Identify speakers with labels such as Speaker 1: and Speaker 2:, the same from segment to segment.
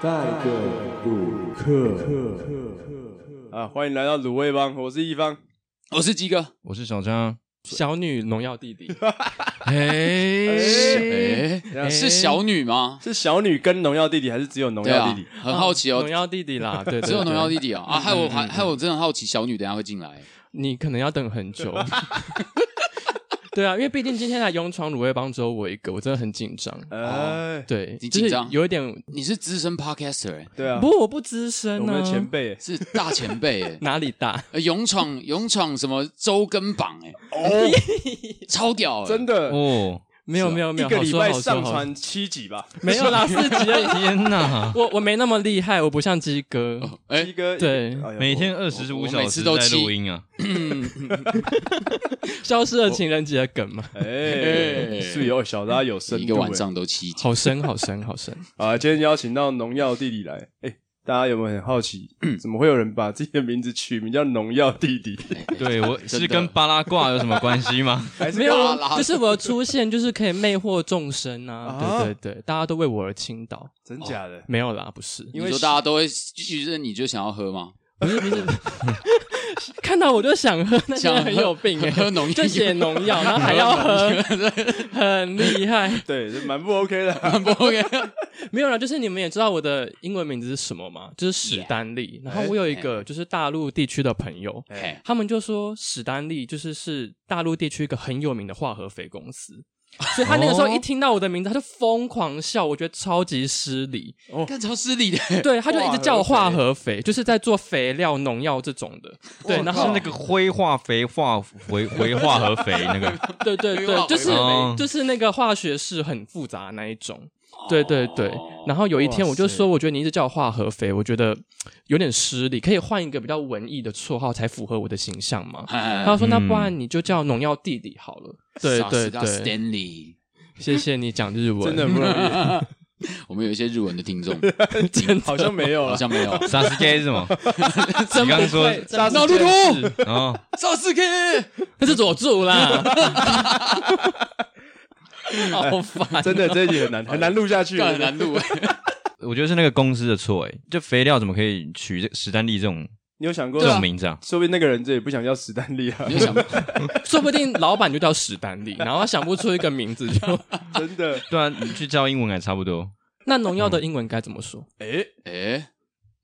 Speaker 1: 带个鲁克。
Speaker 2: 啊，欢迎来到卤味帮，我是一方。
Speaker 3: 我是鸡哥，
Speaker 4: 我是小张，
Speaker 5: 小女农药弟弟，
Speaker 4: 哎哎，
Speaker 5: 哎
Speaker 3: 是小女吗？
Speaker 2: 是小女跟农药弟弟，还是只有农
Speaker 3: 对
Speaker 2: 药
Speaker 3: 啊
Speaker 2: 弟弟？，
Speaker 3: 很好奇哦
Speaker 5: 农，药弟弟啦，对，对
Speaker 3: 只有农药，弟
Speaker 5: 对
Speaker 3: 弟啊啊！害我还害我真的好奇，小女等一下会进来，
Speaker 5: 你可能要等很久。对啊，因为毕竟今天来勇闯卤味帮只有我一个，我真的很紧张。
Speaker 2: 哎，
Speaker 5: 哦对，
Speaker 3: 你
Speaker 5: 就是
Speaker 3: 紧张
Speaker 5: 有一点，
Speaker 3: 你是资深 podcaster，欸
Speaker 2: 对啊，
Speaker 5: 不过我不资深
Speaker 2: 我
Speaker 5: 呢、
Speaker 2: 们的前辈
Speaker 3: 是大前辈欸
Speaker 5: 哪里大？
Speaker 3: 呃勇闯勇闯什么周更榜哎，
Speaker 2: 哦，
Speaker 3: 超屌欸，
Speaker 2: 真的，
Speaker 4: 哦，
Speaker 5: 没有没有没有，
Speaker 2: 啊一个
Speaker 5: 好
Speaker 2: 礼
Speaker 5: 说
Speaker 2: 拜
Speaker 5: 好说
Speaker 2: 上
Speaker 5: 好说
Speaker 2: 传七集吧。
Speaker 5: 没有啦，四级而已。
Speaker 4: 天哪，
Speaker 5: 我我没那么厉害，我不像鸡哥。
Speaker 2: 鸡
Speaker 3: 哎，
Speaker 2: 哥
Speaker 5: 对
Speaker 2: 哎呦
Speaker 4: 每天二
Speaker 3: 我
Speaker 4: 十
Speaker 3: 我
Speaker 4: 五
Speaker 3: 每
Speaker 4: 小
Speaker 3: 次
Speaker 4: 时
Speaker 3: 都
Speaker 4: 在
Speaker 3: 气
Speaker 4: 录音 啊，
Speaker 5: 消失了情人节的梗嘛，
Speaker 2: 哎，
Speaker 3: 哎
Speaker 2: 是有小拉有深度
Speaker 3: 一个晚
Speaker 2: 哎
Speaker 3: 上都七 集，
Speaker 5: 好深好深好深。
Speaker 2: 啊，今天邀请到农药弟弟来，哎。大家有没有很好 奇，怎么会有人把自己的名字取名叫农药弟弟？
Speaker 4: 对我
Speaker 3: 真
Speaker 4: 是
Speaker 3: 的
Speaker 4: 跟巴拉卦有什么关系吗？
Speaker 2: 还 是
Speaker 5: 没有
Speaker 3: 啦
Speaker 5: 啊，
Speaker 3: 啦
Speaker 5: 就是我的出现就是可以魅惑众生啊！
Speaker 2: 啊
Speaker 5: 对对对，大家都为我而倾倒。
Speaker 2: 真假的？
Speaker 5: 没有啦，不是，
Speaker 3: 你说大家都会，于是你就想要喝吗？
Speaker 5: 不是不 是，看到我就想喝，那
Speaker 3: 想
Speaker 5: 些
Speaker 3: 喝
Speaker 5: 很有病哎、
Speaker 3: 喝农药
Speaker 5: 就写农药，然后 还要喝， 很厉害。
Speaker 2: 对，这蛮不 OK 的啊。
Speaker 3: 不 OK，
Speaker 5: 没有啦，就是你们也知道我的英文名字是什么嘛，就是史丹利。然后我有一个就是大陆地区的朋友。
Speaker 3: 哎
Speaker 5: 他们就说史丹利就是是大陆地区一个很有名的化合肥公司，所以他那个时候一听到我的名字，他就疯狂笑，我觉得超级失礼。
Speaker 3: 干超失礼的欸，
Speaker 5: 对，他就一直叫我化合肥，就是在做肥料、农药这种的。对，然
Speaker 4: 是
Speaker 5: 后
Speaker 4: 那个灰化肥化回回化合肥那个，
Speaker 5: 对对
Speaker 3: 因为
Speaker 5: 对，
Speaker 3: 化
Speaker 5: 就是
Speaker 3: 合
Speaker 4: 肥
Speaker 5: 就是那个化学式很复杂的那一种。对对对，然后有一天我就
Speaker 2: 哇塞
Speaker 5: 说，我觉得你一直叫我化合肥，我觉得有点失礼，可以换一个比较文艺的绰号才符合我的形象嘛。
Speaker 3: 哎
Speaker 5: 他说：“那
Speaker 4: 嗯
Speaker 5: 不然你就叫农药弟弟好了。” 嗯对
Speaker 3: 萨
Speaker 5: 对
Speaker 3: 斯达
Speaker 5: 对，
Speaker 3: ，Stanley，
Speaker 5: 谢谢你讲日文，
Speaker 2: 真的很不容易，
Speaker 3: 我们有一些日文的听众，
Speaker 5: 真的
Speaker 2: 好像没有 啊
Speaker 3: 好
Speaker 2: 了。
Speaker 3: 像没有。
Speaker 4: 啥斯 K 是什么？
Speaker 5: 真
Speaker 4: 你刚刚说
Speaker 5: 萨
Speaker 3: 纳鲁多，
Speaker 4: 哦，
Speaker 3: 萨斯 K，
Speaker 5: 那是佐助 啦，好烦。
Speaker 2: 真的这一集很难，很难录下去，
Speaker 3: 干很难度。
Speaker 4: 我觉得是那个公司的错哎，就肥料怎么可以取这史丹利这种
Speaker 2: 你有想过
Speaker 4: 这种名字啊？
Speaker 2: 说不定那个人这也不想叫史丹利啊，
Speaker 3: 你就想，
Speaker 5: 说不定老板就叫史丹利，然后他想不出一个名字就。
Speaker 2: 真的。
Speaker 4: 对啊，你去教英文还差不多。
Speaker 5: 那农药的英文该怎么说？
Speaker 2: 哎，
Speaker 3: 哎，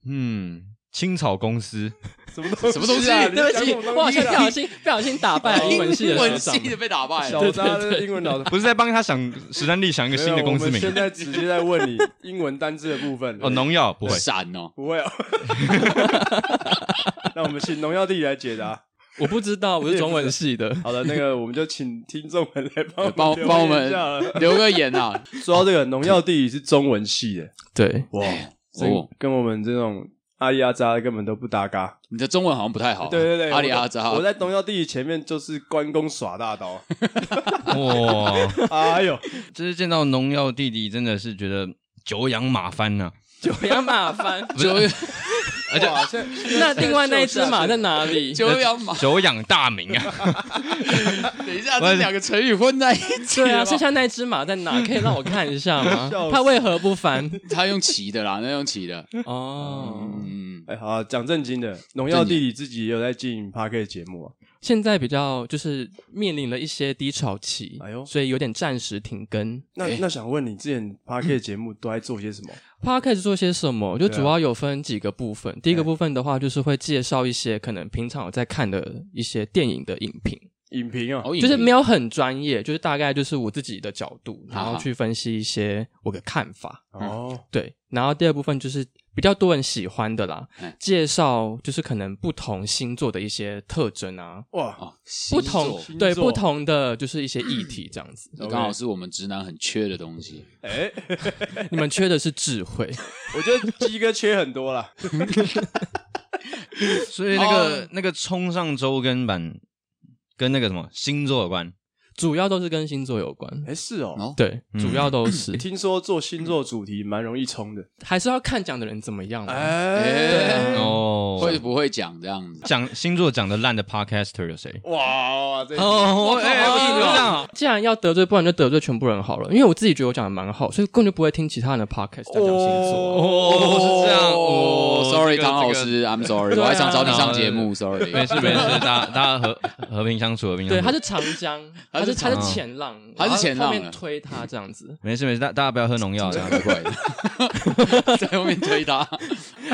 Speaker 4: 嗯，青草公司，
Speaker 2: 什么东
Speaker 3: 什么东西
Speaker 2: 啊
Speaker 5: 对不
Speaker 3: 哎
Speaker 5: 起，我好像不小。
Speaker 2: 你讲什么东西啊
Speaker 5: 心不小心打败了英文系
Speaker 3: 英文
Speaker 5: 的学长。
Speaker 3: 系的
Speaker 5: 啊
Speaker 3: 被打败，
Speaker 2: 小扎的英文 脑子
Speaker 4: 不是在帮他想史丹利想一个新的公司
Speaker 2: 没有我们
Speaker 4: 名
Speaker 2: 现在直接在问你英文单字的部分
Speaker 4: 哦，农药不会，
Speaker 3: 闪哦，
Speaker 2: 不会哦。 那我们请农药弟来解答。
Speaker 5: 我不知道，我是中文系的。
Speaker 2: 好的，那个我们就请听众们来帮
Speaker 3: 帮帮我
Speaker 2: 留言
Speaker 3: 们
Speaker 2: 一下了
Speaker 3: 留个言啊。
Speaker 2: 说到这个农药弟是中文系的，
Speaker 5: 对，
Speaker 2: 哇，
Speaker 3: 哦
Speaker 2: 这跟我们这种阿里阿扎的根本都不搭嘎。
Speaker 3: 你的中文好像不太好，啊
Speaker 2: 对对对，
Speaker 3: 哦阿里阿扎，
Speaker 2: 我在我在农药弟前面就是关公耍大刀，
Speaker 4: 哇，
Speaker 2: 哎呦，
Speaker 5: 啊
Speaker 4: 这是见到农药弟弟，真的是觉得久仰马翻啊 呐、
Speaker 5: 九阳马翻，
Speaker 3: 九
Speaker 4: 而且
Speaker 2: 哇现在现 在
Speaker 5: 那另外那一只马在哪 里？
Speaker 3: 九阳马，
Speaker 4: 久仰大名啊！
Speaker 3: 等一下，这两个成语混在一起了 吧。
Speaker 5: 对啊，剩下那只马在哪？可以让我看一下
Speaker 2: 笑
Speaker 5: 吗
Speaker 2: 死？
Speaker 5: 它为何不 翻？
Speaker 3: 他用骑的啦，那用骑的，
Speaker 5: 哦，
Speaker 3: 嗯，
Speaker 2: 哎，好啊讲正经的，农药弟弟自己也有在经营 p a r k 节目啊，
Speaker 5: 现在比较就是面临了一些低潮期，
Speaker 2: 哎呦
Speaker 5: 所以有点暂时停更。
Speaker 2: 那那想问你，之前 p a r k 节目都在做些什么？
Speaker 5: Podcast 做些什么？就
Speaker 2: 对啊
Speaker 5: 主要有分几个部分。第一个部分的话，就是会介绍一些可能平常有在看的一些电影的影评，
Speaker 2: 影评啊，
Speaker 3: 好隐蔽
Speaker 5: 就是没有很专业，就是大概就是我自己的角度，
Speaker 3: 好
Speaker 5: 然后去分析一些我的看法。
Speaker 2: 哦，
Speaker 5: 对，然后第二部分就是比较多人喜欢的啦
Speaker 3: 嗯，
Speaker 5: 介绍就是可能不同星座的一些特征啊，
Speaker 2: 哇，
Speaker 3: 哦，
Speaker 5: 不
Speaker 3: 星座
Speaker 5: 同
Speaker 2: 星座
Speaker 5: 对不同的就是一些议题这样 子。
Speaker 3: 这刚好是我们直男很缺的东西。
Speaker 2: 哎，
Speaker 5: 你们缺的是智慧，
Speaker 2: 我觉得鸡哥缺很多啦，
Speaker 4: 所以那个、那个冲上周更版跟那个什么星座有关，
Speaker 5: 主要都是跟星座有关。
Speaker 2: 哎，是哦。
Speaker 3: 哦
Speaker 5: 对，
Speaker 4: 嗯
Speaker 5: 主要都是，
Speaker 2: 听说做星座主题蛮容易冲的，
Speaker 5: 还是要看讲的人怎么样嘛。
Speaker 2: 哎，
Speaker 4: 哦，
Speaker 3: 会不会讲这样子？
Speaker 4: 讲星座讲的烂的 podcaster 有谁？
Speaker 2: 哇，这
Speaker 4: 哦，我哎，不行不行，
Speaker 5: 既然要得罪，不然就得罪全部人好了。因为我自己觉得我讲的蛮好，所以根本就不会听其他人的 podcast 在讲星座。啊
Speaker 4: 哦，是这
Speaker 3: 哦
Speaker 4: 样哦
Speaker 3: ，sorry，
Speaker 4: 这个
Speaker 3: 唐老
Speaker 4: 这个
Speaker 3: 师，I'm sorry，
Speaker 5: 对
Speaker 3: 我
Speaker 5: 啊
Speaker 3: 还想找你上节
Speaker 4: 然
Speaker 3: 目，sorry。
Speaker 4: 没事没事，大家大家和和平相处，和平相
Speaker 5: 对，
Speaker 4: 处。
Speaker 5: 他是长 江，
Speaker 3: 他
Speaker 5: 他
Speaker 3: 是
Speaker 5: 是
Speaker 3: 长
Speaker 5: 他
Speaker 4: 江。
Speaker 5: 是前浪，
Speaker 3: 他是
Speaker 5: 然后
Speaker 3: 前浪啊
Speaker 5: 后
Speaker 3: 了
Speaker 5: 面推他这样子
Speaker 4: 没事没事，大大家不要喝农药，这样
Speaker 3: 怪 怪的， 在后面推他，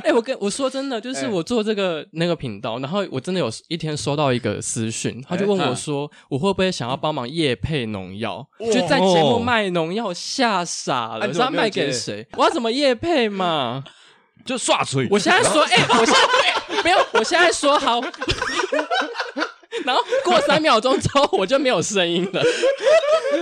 Speaker 5: 哎，我跟我说真的，
Speaker 2: 哎
Speaker 5: 就是我做这个那个频道，然后我真的有一天收到一个私讯，他就问我说，我会不会想要帮忙夜配农药，
Speaker 2: 哎嗯哇
Speaker 5: 就在节目卖农药，吓傻
Speaker 2: 啊
Speaker 5: 了，我
Speaker 2: 你怎
Speaker 5: 知
Speaker 2: 么
Speaker 5: 道
Speaker 2: 没有
Speaker 5: 卖
Speaker 2: 接
Speaker 5: 给谁？我要怎么夜配嘛？
Speaker 4: 就 刷嘴。
Speaker 5: 我现在说，哎、我现 在没有，我现在说好， 然后过三秒钟之后我就没有声音了。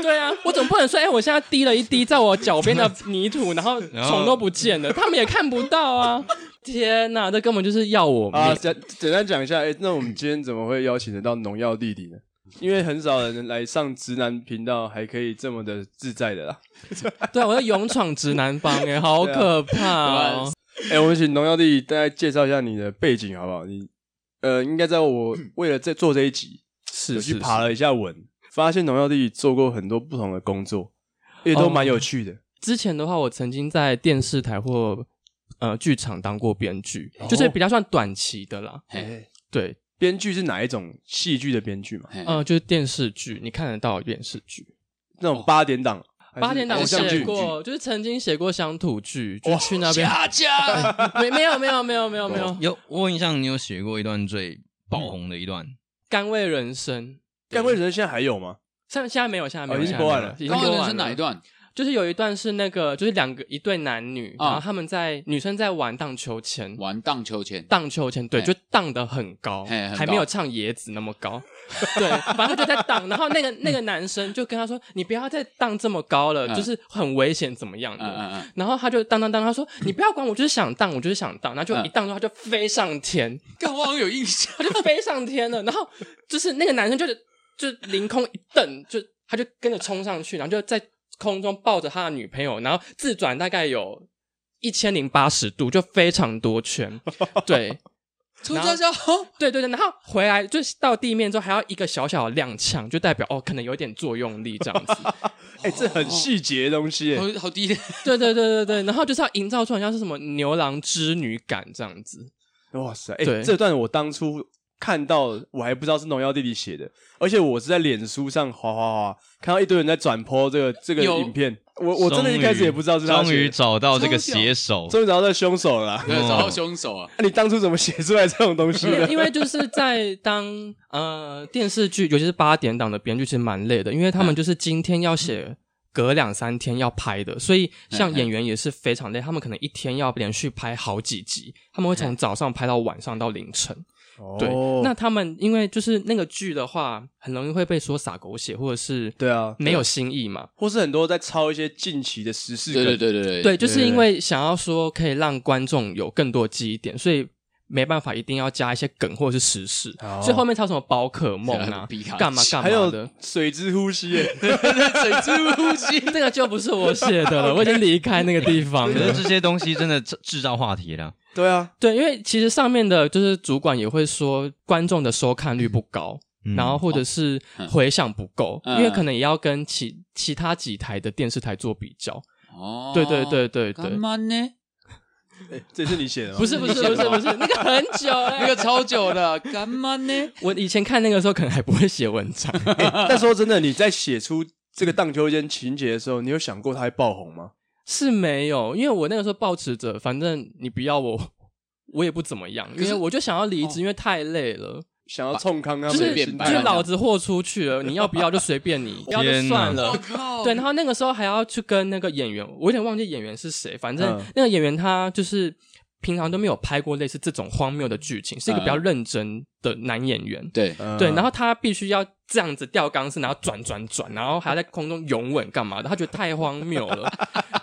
Speaker 5: 对啊，我总不能说，哎、我现在滴了一滴在我脚边的泥 土，然后虫都不见了，他们也看不到啊！ 天哪，这根本就是要我命。
Speaker 2: 啊，简简单讲一下，哎，那我们今天怎么会邀请得到农药弟弟呢？因为很少人来上直男频道，还可以这么的自在的啦。
Speaker 5: 对啊，我在勇闯直男帮、哎，好可怕哦！
Speaker 2: 哎、我们请农药弟大概介绍一下你的背景好不好？你呃，应该 在我为了在做这一集，
Speaker 5: 是
Speaker 2: 有
Speaker 5: 是
Speaker 2: 去
Speaker 5: 是
Speaker 2: 爬了一下文，发现农药弟做过很多不同的工作，也
Speaker 5: 哦
Speaker 2: 都蛮有趣的。
Speaker 5: 之前的话，我曾经在电视台或呃剧场当过编剧，就是比较算短期的啦。
Speaker 3: 嘿
Speaker 5: 对，
Speaker 2: 编剧是哪一种戏剧的编剧嘛？
Speaker 3: 嘿
Speaker 5: 呃，就是电视剧，你看得到的电视剧。
Speaker 2: 那种八点档，还是
Speaker 5: 哦八点档我
Speaker 2: 偶像
Speaker 5: 写
Speaker 2: 剧，
Speaker 5: 过，就是曾经写过乡土剧，就去那边
Speaker 3: 恰恰
Speaker 5: 没没有没有没有没有没
Speaker 2: 哦
Speaker 5: 有
Speaker 4: 有我印象，你有写过一段最爆红的一段，
Speaker 5: 甘为人生，
Speaker 2: 干为人现在还有
Speaker 5: 哦
Speaker 2: 吗？
Speaker 5: 现现在没有现在没
Speaker 2: 哦
Speaker 5: 有，
Speaker 2: 已经
Speaker 5: 现在没有
Speaker 2: 播完了
Speaker 5: 已经
Speaker 3: 高
Speaker 5: 播
Speaker 3: 人
Speaker 5: 完
Speaker 3: 生
Speaker 5: 了
Speaker 3: 哪一？段？
Speaker 5: 就是有一段是那个，就是两个一对男女，
Speaker 3: 啊
Speaker 5: 然后他们在女生在玩荡秋千。
Speaker 3: 玩荡秋千，
Speaker 5: 荡秋千，对，
Speaker 3: 嘿
Speaker 5: 就荡得很高，
Speaker 3: 嘿很高
Speaker 5: 还没有唱椰子那么高，对，反正他就在荡。然后那个那个男生就跟他说：“你不要再荡这么高了，
Speaker 3: 嗯
Speaker 5: 就是很危险，怎么样的。
Speaker 3: 嗯嗯 嗯，
Speaker 5: 然后他就荡荡荡，他说：“你不要管我，就是想荡，我就是想荡。”然后就
Speaker 3: 嗯
Speaker 5: 一荡之后，他就飞上天，
Speaker 3: 刚好像有印象，
Speaker 5: 他就飞上天了。然后就是那个男生就是就凌空一蹬，就他就跟着冲上去，然后就在空中抱着他的女朋友，然后自转大概有一千零八十度，就非常多圈。对
Speaker 3: 出家家好，
Speaker 5: 对对对，然后回来就是到地面之后还要一个小小的踉跄，就代表哦可能有点作用力这样子。
Speaker 2: 哎、这很细节的东
Speaker 5: 哦
Speaker 2: 西、哎
Speaker 3: 好好低调，
Speaker 5: 对对对对对，然后就是要营造出好像是什么牛郎织女感这样子。
Speaker 2: 哇塞！哎、
Speaker 5: 对
Speaker 2: 这段我当初看到，我还不知道是农药弟弟写的，而且我是在脸书上滑滑滑，看到一堆人在转播这个这个
Speaker 3: 有
Speaker 2: 影片，我我真的一开始也不知道是他
Speaker 4: 终
Speaker 2: 写
Speaker 4: 于
Speaker 2: 的，
Speaker 4: 找到这个写手，
Speaker 2: 终于找到这凶手了啦。
Speaker 3: 对，找到凶手啊！
Speaker 2: 那、你当初怎么写出来这种东西
Speaker 5: 因为
Speaker 2: 的？
Speaker 5: 因为就是在当呃电视剧，尤其是八点档的编剧，其实蛮累的，因为他
Speaker 2: 嗯
Speaker 5: 们就是今天要写，隔两三天要拍的，所以
Speaker 2: 嗯
Speaker 5: 像演员也是非常累，他们可能一天要连续拍好几集，他们会从早上拍到晚上到凌晨。对，
Speaker 2: 嗯哦
Speaker 5: 那他们因为就是那个剧的话，很容易会被说撒狗血，或者是
Speaker 2: 对啊，
Speaker 5: 没有新意嘛。
Speaker 2: 或是很多在抄一些近期的时事梗，
Speaker 3: 对对对对对
Speaker 5: 对，就是因为想要说可以让观众有更多记忆点，所以没办法，一定要加一些梗或者是时事，
Speaker 2: 哦
Speaker 5: 所以后面才有什么宝可梦啊
Speaker 3: 皮卡，
Speaker 5: 干嘛干
Speaker 2: 还
Speaker 5: 嘛
Speaker 2: 有
Speaker 5: 的。
Speaker 2: 水之呼吸耶，
Speaker 3: 水之呼吸，
Speaker 5: 那个就不是我写的了，我已经离开那个地方
Speaker 4: 可是
Speaker 5: 了。
Speaker 4: 这些东西真的制制造话题了。
Speaker 2: 对啊，
Speaker 5: 对，因为其实上面的就是主管也会说，观众的收看率不高，
Speaker 4: 嗯
Speaker 5: 然后或者是回响不够，
Speaker 3: 嗯
Speaker 5: 因为可能也要跟其其他几台的电视台做比较。
Speaker 3: 哦，
Speaker 5: 对对对对
Speaker 3: 干
Speaker 5: 对，
Speaker 3: 嘛呢？
Speaker 2: 哎这是你写的吗？
Speaker 5: 不是不是不是不是，那个很久哎了，
Speaker 3: 那个超久的，干嘛呢？
Speaker 5: 我以前看那个时候可能还不会写文章。
Speaker 2: 哎但说真的，你在写出这个荡秋千情节的时候，你有想过它会爆红吗？
Speaker 5: 是没有，因为我那个时候抱持着，反正你不要我，我也不怎么样，因为我就想要离职，因为太累了，
Speaker 2: 想要冲康他
Speaker 5: 就
Speaker 2: 们
Speaker 5: 是
Speaker 3: 随
Speaker 2: 的
Speaker 3: 便
Speaker 5: 就
Speaker 2: 心
Speaker 3: 摆
Speaker 5: 是
Speaker 2: 态
Speaker 3: 烂
Speaker 5: 老子豁出去了，你要不要就随便你，不要就
Speaker 4: 天哪
Speaker 5: 算了
Speaker 3: 我。靠，
Speaker 5: 对，然后那个时候还要去跟那个演员，我有点忘记演员是谁，反正
Speaker 2: 嗯
Speaker 5: 那个演员他就是平常都没有拍过类似这种荒谬的剧情，是一个比较
Speaker 3: 嗯
Speaker 5: 认真的男演员。
Speaker 3: 对，
Speaker 2: 嗯
Speaker 5: 对，然后他必须要这样子吊钢丝，然后转转转，然后还要在空中拥吻干嘛的？他觉得太荒谬了。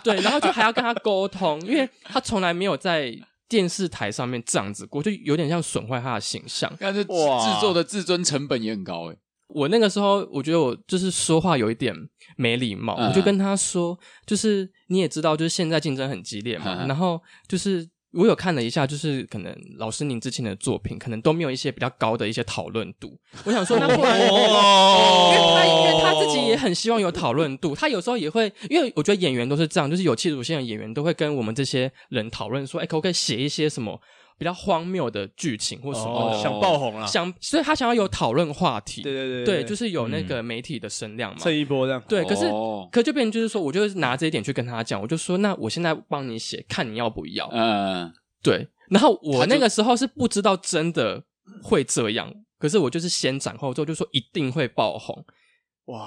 Speaker 5: 对，然后就还要跟他沟通，因为他从来没有在电视台上面这样子过，就有点像损坏他的形象。
Speaker 3: 但是制
Speaker 2: 哇
Speaker 3: 制作的自尊成本也很高哎。
Speaker 5: 我那个时候我觉得我就是说话有一点没礼貌，
Speaker 3: 嗯
Speaker 5: 我就跟他说，就是你也知道，就是现在竞争很激烈嘛，
Speaker 3: 嗯
Speaker 5: 然后就是。我有看了一下，就是可能老师您之前的作品，可能都没有一些比较高的一些讨论度。我 想说，那不然因为他因为他自己也很希望有讨论度，他有时候也会，因为我觉得演员都是这样，就是有企图心的演员都会跟我们这些人讨论说，哎、可不可以写一些什么比较荒谬的剧情或什么
Speaker 2: 哦
Speaker 5: 的，
Speaker 2: 想爆红了，
Speaker 5: 想，所以他想要有讨论话题，
Speaker 2: 对对对嗯
Speaker 5: 就是是有那个媒体的声量嘛，
Speaker 2: 蹭一波这样。
Speaker 5: 对，可是。
Speaker 3: 哦
Speaker 5: 可就变成就是说，我就拿这一点去跟他讲，我就说，那我现在帮你写，看你要不要。
Speaker 2: 呃
Speaker 3: 嗯，
Speaker 5: 对，然后
Speaker 3: 他
Speaker 5: 我
Speaker 3: 就
Speaker 5: 那个时候是不知道真的会这样，可是我就是先斩后奏，就说一定会爆红。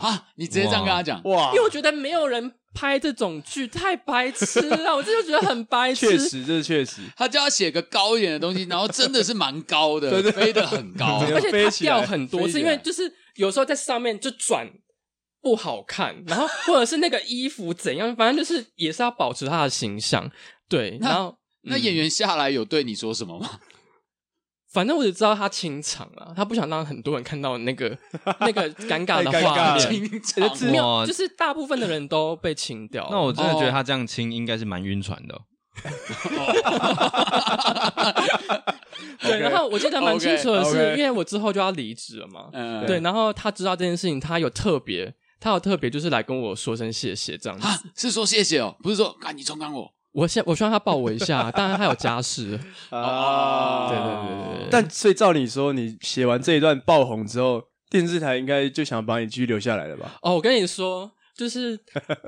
Speaker 3: 啊，你直接这样跟他讲，
Speaker 2: 哇
Speaker 5: 因为我觉得没有人拍这种剧太白痴了，我这就觉得很白痴。
Speaker 2: 确，实，这是确实，
Speaker 3: 他叫他写个高一点的东西，然后真的是蛮高的，飞得很 高。
Speaker 2: 对
Speaker 5: 而且
Speaker 2: 飞
Speaker 5: 它
Speaker 2: 起来
Speaker 5: 掉很多
Speaker 2: 飞起
Speaker 5: 次，
Speaker 2: 来
Speaker 5: 因为就是有时候在上面就转不好看，然后或者是那个衣服怎样，反正就是也是要保持他的形象。对，
Speaker 3: 那
Speaker 5: 然后
Speaker 3: 那演员下来有对你说什 么吗？
Speaker 5: 反正我只知道他清场了，他不想让很多人看到那个那个尴尬的
Speaker 2: 太尴尬
Speaker 5: 画
Speaker 2: 了
Speaker 5: 面。
Speaker 3: 经常
Speaker 4: 字
Speaker 5: 没
Speaker 4: 哇
Speaker 5: 有，就是大部分的人都被清掉了。
Speaker 4: 那我真的
Speaker 3: 哦
Speaker 4: 觉得他这样亲应该是蛮晕船的哦。
Speaker 5: 对，然后我记得蛮清楚的
Speaker 2: OK，OK
Speaker 5: 是，因为我之后就要离职了嘛，
Speaker 3: 嗯，
Speaker 5: 对，然后他知道这件事情，他有特别，他有特别就是来跟我说声谢谢这样子。
Speaker 3: 啊，是说谢谢哦，不是说啊你冲刚我
Speaker 5: 我希我希望他抱我一下，当然他有家室，
Speaker 2: 啊，
Speaker 5: 对对对对对
Speaker 2: 但所以照你说，你写完这一段爆红之后，电视台应该就想把你继续留下来了吧？
Speaker 5: 哦，我跟你说，就是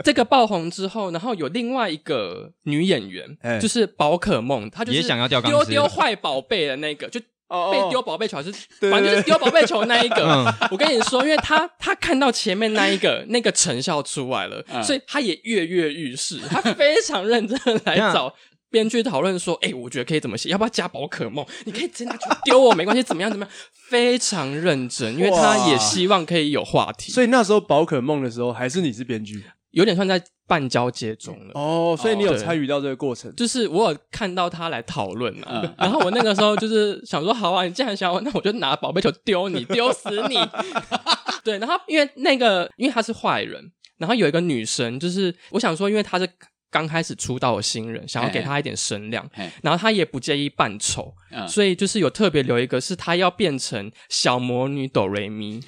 Speaker 5: 这个爆红之后，然后有另外一个女演员
Speaker 2: 哎，
Speaker 5: 就是宝可梦，她就是
Speaker 4: 也想要掉钢丝
Speaker 5: 丢丢坏宝贝的那个，就
Speaker 2: 哦
Speaker 5: 被丢宝贝球还是，
Speaker 2: 对对
Speaker 5: 反正就是
Speaker 2: 对
Speaker 5: 丢宝贝球那一个
Speaker 4: 嗯。
Speaker 5: 我跟你说，因为她她看到前面那一个那个成效出来了，
Speaker 3: 嗯
Speaker 5: 所以她也跃跃欲试，她非常认真地来
Speaker 4: 等一下
Speaker 5: 找。编剧讨论说：“哎、我觉得可以怎么写？要不要加宝可梦？你可以直接拿去丢我，没关系，怎么样？怎么样？非常认真，因为她
Speaker 2: 哇
Speaker 5: 也希望可以有话题。
Speaker 2: 所以那时候宝可梦的时候，还是你是编剧
Speaker 5: 有点算在半交接中了。
Speaker 2: 哦，所以你有
Speaker 5: 对
Speaker 2: 参与到这个过程。
Speaker 5: 就是我有看到他来讨论啊，
Speaker 3: 嗯
Speaker 5: 然后我那个时候就是想说，好啊，你既然想要，那我就拿宝贝球丢你，丢死你。 对，然后因为那个，因为他是坏人，然后有一个女生，就是我想说，因为她是刚开始出道的新人，想要给她一点声量
Speaker 3: 嘿嘿，
Speaker 5: 然后她也不介意扮丑，
Speaker 3: 嗯
Speaker 5: 所以就是有特别留一个是她要变成小魔女哆瑞咪，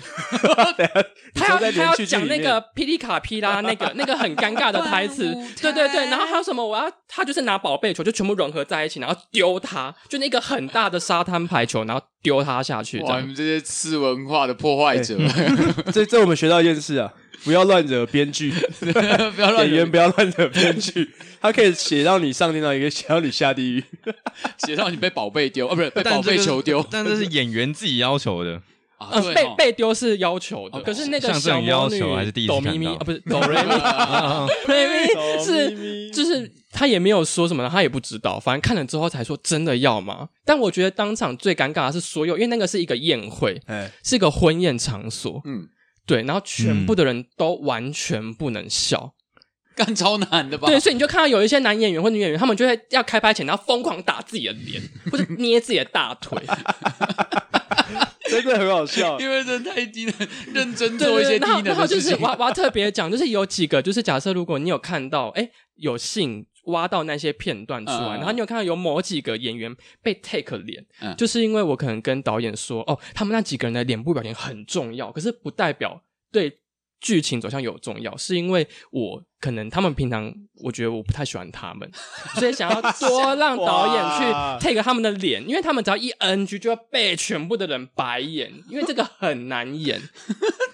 Speaker 5: 他要他
Speaker 2: 你说在连
Speaker 5: 要
Speaker 2: 续剧
Speaker 5: 讲
Speaker 2: 里面
Speaker 5: 那个噼里卡噼啦，那个那个很尴尬的台词，对对对，然后还有什么？我要他就是拿宝贝球就全部融合在一起，然后丢他，就那个很大的沙滩排球，然后丢他下去，这
Speaker 3: 哇，你
Speaker 5: 样
Speaker 3: 们这些次文化的破坏者，
Speaker 2: 这这我们学到一件事啊，不要乱惹编 剧，
Speaker 3: 不要乱
Speaker 2: 演员不要乱惹编剧，他可以写到你上天堂，也可以写到你下地狱。
Speaker 3: 写到你被宝贝丢啊，不是被
Speaker 4: 但
Speaker 3: 宝
Speaker 4: 这
Speaker 3: 贝
Speaker 4: 个
Speaker 3: 球丢
Speaker 4: 但这是演员自己要求 的。
Speaker 3: 啊，
Speaker 5: 呃，
Speaker 3: 对
Speaker 5: 被
Speaker 3: 哦
Speaker 5: 被丢是要求的，
Speaker 3: 哦
Speaker 5: 可是那个
Speaker 4: 像这
Speaker 5: 小
Speaker 4: 种
Speaker 5: 魔女
Speaker 4: 要求还是第一次
Speaker 5: 哆
Speaker 4: 看到
Speaker 5: 咪咪啊，不是 哆瑞咪， 哆瑞咪是就是他也没有说什么，他也不知道，反正看了之后才说真的要吗？但我觉得当场最尴尬的是所有，因为那个是一个宴会，
Speaker 2: 哎，
Speaker 5: 是一个婚宴场所，
Speaker 3: 嗯，
Speaker 5: 对，然后全部的人都完全不能笑，
Speaker 3: 干超难的吧？
Speaker 5: 对，所以你就看到有一些男演员或女演员，他们就会要开拍前，然后疯狂打自己的脸，或者捏自己的大腿，
Speaker 2: 真的很好 笑。
Speaker 3: 因为这太低能，认真
Speaker 5: 对
Speaker 3: 做一
Speaker 5: 对对，
Speaker 3: 些低
Speaker 5: 然后
Speaker 3: 能
Speaker 5: 然后
Speaker 3: 的
Speaker 5: 就
Speaker 3: 事
Speaker 5: 是
Speaker 3: 情。
Speaker 5: 我我要特别讲，就是有几个，就是假设如果你有看到，哎，有幸挖到那些片段出来，
Speaker 3: 嗯
Speaker 5: 然后你有看到有某几个演员被 take 脸，
Speaker 3: 嗯
Speaker 5: 就是因为我可能跟导演说，哦，他们那几个人的脸部表情很重要，可是不代表对。剧情走向有重要，是因为我可能他们平常我觉得我不太喜欢他们，所以想要多让导
Speaker 2: 哇
Speaker 5: 演去 take 他们的脸，因为他们只要一 NG 就要被全部的人白眼，因为这个很难演。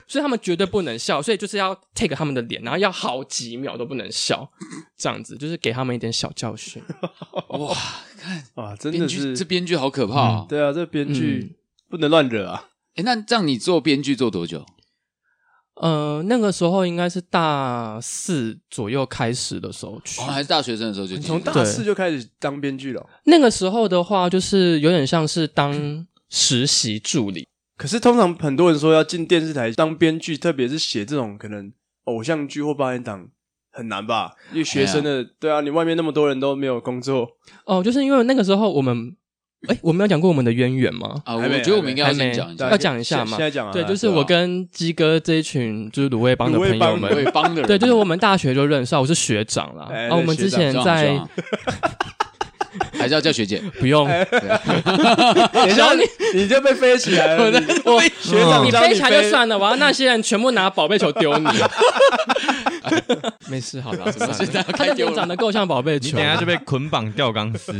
Speaker 5: 所以他们绝对不能笑，所以就是要 take 他们的脸，然后要好几秒都不能笑，这样子就是给他们一点小教训。
Speaker 3: 哇，
Speaker 2: 哇，真
Speaker 3: 编
Speaker 2: 的
Speaker 3: 剧
Speaker 2: 是
Speaker 3: 这编剧好可怕哦！
Speaker 2: 对啊，这编剧不能乱惹啊。
Speaker 3: 哎，那这样你做编剧做多久？哦
Speaker 5: 呃，那个时候应该是大四左右开始的时候去。
Speaker 3: 哦，还是大学生的时候就
Speaker 2: 你
Speaker 3: 进
Speaker 2: 从
Speaker 3: 去
Speaker 2: 大
Speaker 5: 对
Speaker 2: 四就开始当编剧了，
Speaker 5: 那个时候的话，就是有点像是 当实习助理。
Speaker 2: 可是通常很多人说要进电视台当编剧，特别是写这种可能偶像剧或八点档。很难吧？因为学生的对啊，你外面那么多人都没有工作，
Speaker 5: 哦、就是因为那个时候我们哎，我没有讲过我们的渊源吗？
Speaker 3: 啊，
Speaker 2: 还
Speaker 3: 我
Speaker 2: 没
Speaker 3: 觉得我们应该要
Speaker 5: 还没
Speaker 3: 先讲一
Speaker 2: 对
Speaker 3: 下
Speaker 5: 要讲一下
Speaker 2: 现
Speaker 5: 嘛
Speaker 2: 现在讲啊
Speaker 5: 对，就是
Speaker 2: 对啊
Speaker 5: 我跟鸡哥这一群就是卤味帮的
Speaker 2: 卤味
Speaker 5: 朋友
Speaker 2: 帮
Speaker 5: 们
Speaker 3: 对，帮的人，啊
Speaker 5: 对，就是我们大学就认识啊，我是学长啦。
Speaker 2: 哎
Speaker 5: 啊，我们
Speaker 2: 学
Speaker 5: 之
Speaker 2: 长
Speaker 5: 前
Speaker 3: 这样
Speaker 5: 在
Speaker 3: 这样 还是要叫学姐，
Speaker 5: 不用，
Speaker 2: 等一下哎 你你就被飞起来了，你我学长
Speaker 5: 你
Speaker 2: 教
Speaker 5: 飞
Speaker 2: 你
Speaker 5: 起来就算了，我要那些人全部拿宝贝球丢 你。没事，好 了，算
Speaker 3: 现在
Speaker 5: 了。
Speaker 3: 要
Speaker 5: 他
Speaker 3: 开
Speaker 5: 的
Speaker 3: 丢
Speaker 5: 脸
Speaker 3: 了
Speaker 5: 长得够像宝贝
Speaker 4: 你
Speaker 5: 球啊
Speaker 4: 等一，下就被
Speaker 3: 啊
Speaker 4: 捆绑吊钢丝，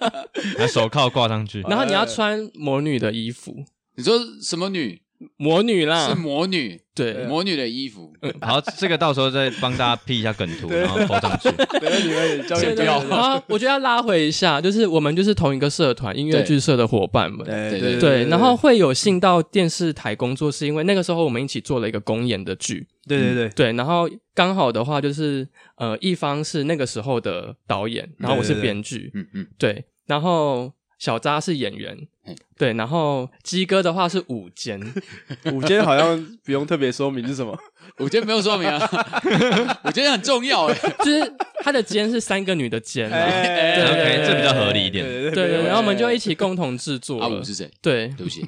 Speaker 4: 拿手铐挂上去。
Speaker 5: 然后你要穿魔女的衣服，
Speaker 3: 你说什么女？
Speaker 5: 魔女
Speaker 3: 是
Speaker 5: 啦，
Speaker 3: 魔女，
Speaker 5: 嗯对，啊嗯
Speaker 3: 魔女的衣服，
Speaker 4: 好，这个到时候再帮大家 P 一下梗图，然后抛上去。
Speaker 2: 等一下你们也教
Speaker 5: 对对
Speaker 2: 你
Speaker 5: 对
Speaker 2: 教
Speaker 3: 要
Speaker 2: 你
Speaker 5: 然后我觉得要拉回一下，就是我们就是同一个社团音乐剧社的伙伴们，
Speaker 2: 哎
Speaker 3: 对
Speaker 2: 对
Speaker 5: 对，然后会有幸到电视台工作，是因为那个时候我们一起做了一个公演的剧，
Speaker 2: 对对对，
Speaker 5: 对，然后刚好的话就是呃，一方是那个时候的导演，然后我是
Speaker 2: 对对对
Speaker 5: 编剧，
Speaker 3: 嗯嗯，
Speaker 5: 对，嗯然后小扎是演员
Speaker 3: 嘿，
Speaker 5: 对，然后鸡哥的话是舞间，
Speaker 2: 午间好像不用特别说明是什么，
Speaker 3: 我今天没有说明啊， 我觉得很重要哎，
Speaker 5: 就是他的间是三个女的间、 啊， 对对对
Speaker 4: OK，这比较合理一点
Speaker 2: 对
Speaker 5: 对对，然后我们就一起共同制作
Speaker 3: 阿
Speaker 5: 了
Speaker 3: 五，啊是谁？
Speaker 5: 对
Speaker 3: 对不起，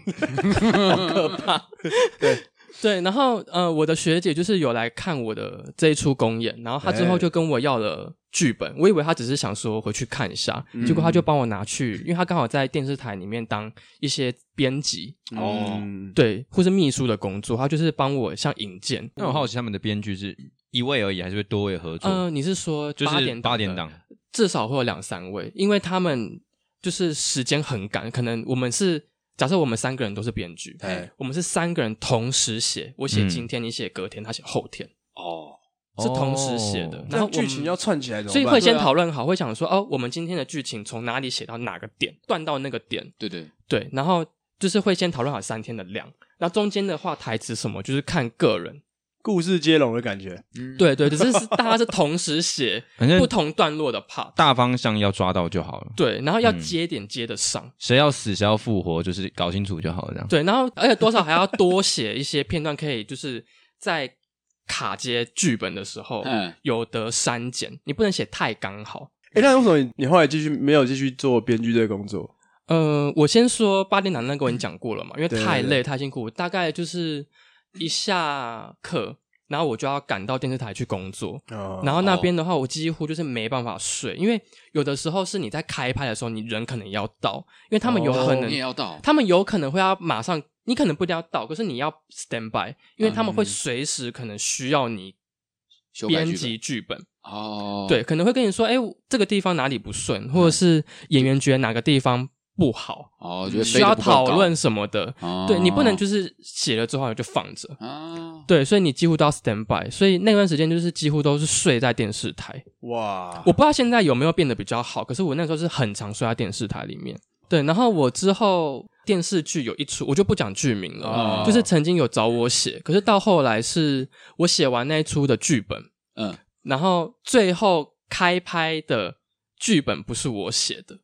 Speaker 5: 对，然后呃，我的学姐就是有来看我的这一出公演，然后她之后
Speaker 2: 哎
Speaker 5: 就跟我要了剧本，我以为她只是想说回去看一下，结果她就帮我拿去，因为她刚好在电视台里面当一些编辑，
Speaker 3: 哦
Speaker 2: 嗯
Speaker 5: 对，或是秘书的工作，她就是帮我像引荐。
Speaker 4: 那我好奇他们的编剧是一位而已，还是会多位合
Speaker 5: 呃，
Speaker 4: 作？
Speaker 5: 你是说
Speaker 4: 就
Speaker 5: 八
Speaker 4: 是
Speaker 5: 点
Speaker 4: 八点
Speaker 5: 档的
Speaker 4: 档，
Speaker 5: 至少会有两三位，因为他们就是时间很赶，可能我们是假设我们三个人都是编剧，
Speaker 2: 哎
Speaker 5: 我们是三个人同时写，我写
Speaker 4: 嗯
Speaker 5: 今天，你写隔天，他写后天，
Speaker 3: 哦，
Speaker 5: 是同时写的
Speaker 4: 哦。
Speaker 5: 然后
Speaker 2: 那
Speaker 5: 我们
Speaker 2: 剧情要串起来怎么办，
Speaker 5: 所以会先
Speaker 3: 对啊
Speaker 5: 讨论好，会想说哦，我们今天的剧情从哪里写到哪个点，断到那个点，
Speaker 3: 对对，
Speaker 5: 对，然后就是会先讨论好三天的量，然后中间的话台词什么就是看个人，
Speaker 2: 故事接龙的感 觉，
Speaker 3: 嗯，
Speaker 5: 对对，只是是大家是同时写
Speaker 4: 反正
Speaker 5: 不同段落的 part，
Speaker 4: 大方向要抓到就好了。
Speaker 5: 对，然后要接点接得上，
Speaker 4: 谁要死，谁要复活，就是搞清楚就好了。这样，
Speaker 5: 对，然后而且多少还要多写一些片段，可以就是在卡接剧本的时候
Speaker 3: 嗯
Speaker 5: 有的删减，你不能写太刚好。
Speaker 2: 哎，那为什么你你后来继续没有继续做编剧这个工作？
Speaker 5: 呃，我先说八点档那个我已经讲过了嘛，因为
Speaker 2: 对对
Speaker 5: 太
Speaker 2: 对
Speaker 5: 累太辛苦，我大概就是一下课，然后我就要赶到电视台去工作。
Speaker 2: 然
Speaker 3: 哦
Speaker 5: 然后那边的话，我几乎就是没办法睡，因为有的时候是你在开拍的时候，你人可能要到，因为他们有可
Speaker 3: 哦
Speaker 5: 能
Speaker 3: 你也要到，
Speaker 5: 他们有可能会要马上，你可能不一定要到，可是你要 stand by，因为他们会随时可能需要你
Speaker 3: 嗯修改
Speaker 5: 编
Speaker 3: 剧本
Speaker 5: 辑剧本，
Speaker 3: 哦，
Speaker 5: 对，可能会跟你说，哎、这个地方哪里不顺，或者是演员觉得哪个地方不好，
Speaker 3: 哦，觉得
Speaker 5: 需
Speaker 3: 飞得
Speaker 5: 要
Speaker 3: 不够
Speaker 5: 讨
Speaker 3: 高
Speaker 5: 论，什么的。
Speaker 3: 哦
Speaker 5: 对你不能就是写了之后就放着，
Speaker 3: 啊，
Speaker 5: 对，所以你几乎都要 stand by，所以那段时间就是几乎都是睡在电视台。
Speaker 2: 哇，
Speaker 5: 我不知道现在有没有变得比较好，可是我那时候是很常睡在电视台里面。对，然后我之后电视剧有一出，我就不讲剧名了，
Speaker 2: 哦
Speaker 5: 就是曾经有找我写，可是到后来是我写完那一出的剧本，
Speaker 3: 嗯，
Speaker 5: 然后最后开拍的剧本不是我写的，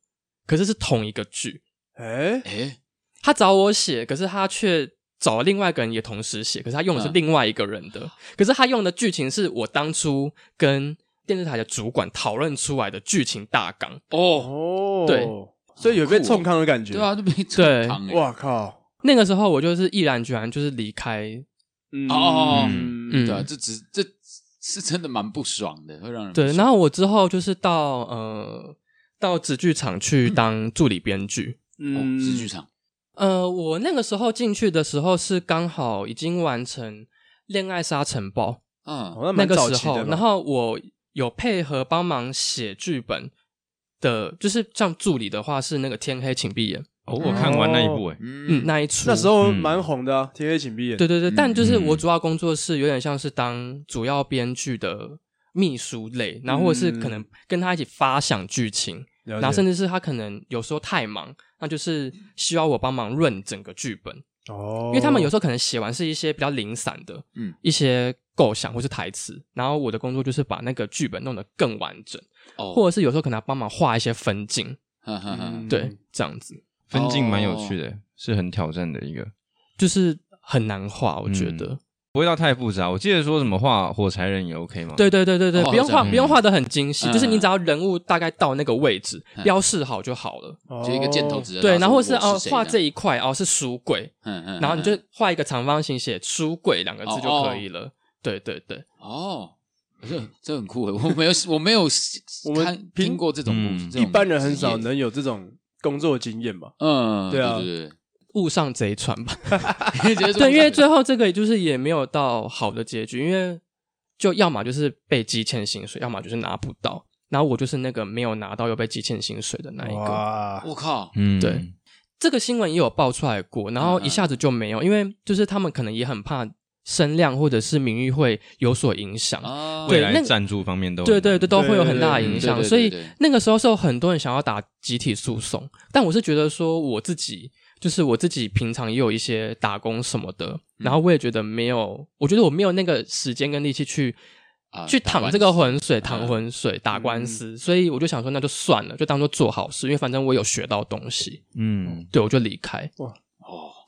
Speaker 5: 可是是同一个剧，
Speaker 2: 哎，
Speaker 3: 哎，
Speaker 5: 他找我写，可是他却。找了另外一个人也同时写，可是他用的是
Speaker 3: 嗯
Speaker 5: 另外一个人的，可是他用的剧情是我当初跟电视台的主管讨论出来的剧情大纲。
Speaker 3: 哦，
Speaker 2: 哦，
Speaker 5: 对，
Speaker 2: 所以有被
Speaker 3: 酷哦
Speaker 2: 冲康的感觉，
Speaker 3: 对啊，，就被
Speaker 5: 对
Speaker 3: 哇，
Speaker 2: 哇靠，
Speaker 5: 那个时候我就是毅然决然就是离开，
Speaker 2: 嗯
Speaker 3: 哦哦哦
Speaker 5: 嗯
Speaker 2: 嗯，
Speaker 3: 对啊，这只这是真的蛮不爽的，会让人不
Speaker 5: 对，
Speaker 3: 爽
Speaker 5: 然后我之后就是到呃到纸剧场去当助理编剧。
Speaker 3: 哦，
Speaker 2: 嗯
Speaker 3: 是剧场
Speaker 5: 呃，我那个时候进去的时候是刚好已经完成《恋爱沙尘暴
Speaker 3: 啊》，
Speaker 5: 那
Speaker 2: 哦那
Speaker 5: 个时候，然后我有配合帮忙写剧本的，就是像助理的话是那个《天黑请闭眼》
Speaker 4: 哦，我看完那一部、欸，
Speaker 5: 嗯
Speaker 3: 嗯，
Speaker 5: 那一出，
Speaker 2: 那时候蛮红的啊，《天黑请闭眼》
Speaker 5: 对对对，
Speaker 3: 嗯
Speaker 5: 但就是我主要工作是有点像是当主要编剧的秘书类，然后或者是可能跟他一起发想剧情，
Speaker 2: 嗯了解，
Speaker 5: 然后甚至是他可能有时候太忙，那就是需要我帮忙润整个剧本，
Speaker 2: 哦，
Speaker 5: 因为他们有时候可能写完是一些比较零散的，
Speaker 3: 嗯
Speaker 5: 一些构想或是台词，然后我的工作就是把那个剧本弄得更完整，
Speaker 3: 哦，
Speaker 5: 或者是有时候可能要帮忙画一些分镜，
Speaker 3: 哈哈哈
Speaker 2: 嗯
Speaker 5: 对，这样子
Speaker 3: 哦
Speaker 4: 分镜蛮有趣的欸、是很挑战的一个。
Speaker 3: 嗯
Speaker 5: 就是很难画，我觉得。
Speaker 4: 不会到太复杂。我记得说什么画火柴人也 OK 吗？，
Speaker 5: 对对对对对，
Speaker 3: 哦
Speaker 5: 不用
Speaker 3: 这
Speaker 5: 画，
Speaker 3: 样
Speaker 5: 不用画的很精细，
Speaker 3: 嗯
Speaker 5: 就是你只要人物大概到那个位置，标示好就好了。
Speaker 3: 就一个箭头指着他说，
Speaker 5: 对，然后
Speaker 3: 我
Speaker 5: 是
Speaker 3: 是
Speaker 5: 哦，
Speaker 3: 谁
Speaker 5: 画
Speaker 3: 样
Speaker 5: 这，一块哦是书柜，
Speaker 3: 嗯嗯，
Speaker 5: 然后你
Speaker 3: 嗯
Speaker 5: 就画一个长方形，写“书柜”两个字就可以了。对对对，
Speaker 3: 哦，这这很酷耶，欸我没有我没有
Speaker 2: 我们
Speaker 3: 看
Speaker 2: 平
Speaker 3: 听过这种
Speaker 4: 嗯
Speaker 3: 这种
Speaker 2: 一般人很少
Speaker 3: 职业，
Speaker 2: 能有这种工作经验吧？
Speaker 3: 嗯，
Speaker 2: 对
Speaker 3: 对
Speaker 2: 啊
Speaker 3: 对
Speaker 5: 误上贼船吧。
Speaker 3: 对，觉得这种
Speaker 5: 对，因为
Speaker 3: 感觉
Speaker 5: 最后这个就是也没有到好的结局，因为就要么就是被积欠薪水，要么就是拿不到。然后我就是那个没有拿到又被积欠薪水的那一个。
Speaker 1: 哇，
Speaker 3: 我靠，
Speaker 4: 嗯，
Speaker 5: 对，这个新闻也有爆出来过，然
Speaker 3: 嗯
Speaker 5: 后一下子就没有，因为就是他们可能也很怕声量或者是名誉会有所影响。
Speaker 3: 啊，
Speaker 5: 对
Speaker 4: 未
Speaker 5: 那
Speaker 4: 来
Speaker 5: 个
Speaker 4: 赞助方面都
Speaker 5: 对对对，都会有很大的
Speaker 2: 对
Speaker 5: 影
Speaker 3: 对
Speaker 5: 响。
Speaker 3: 对
Speaker 5: 所以
Speaker 3: 对对
Speaker 5: 那个时候是有很多人想要打集体诉讼，但我是觉得说我自己。就是我自己平常也有一些打工什么
Speaker 3: 嗯
Speaker 5: 的，然后我也觉得没有，我觉得我没有那个时间跟力气去
Speaker 3: 啊
Speaker 5: 去
Speaker 3: 打
Speaker 5: 淌
Speaker 3: 官
Speaker 5: 这个
Speaker 3: 司嗯
Speaker 5: 浑水，淌浑水打官司，所以我就想说那就算了，就当做做好事，因为反正我有学到东西，
Speaker 4: 嗯，
Speaker 5: 对我就离开。
Speaker 3: 哦，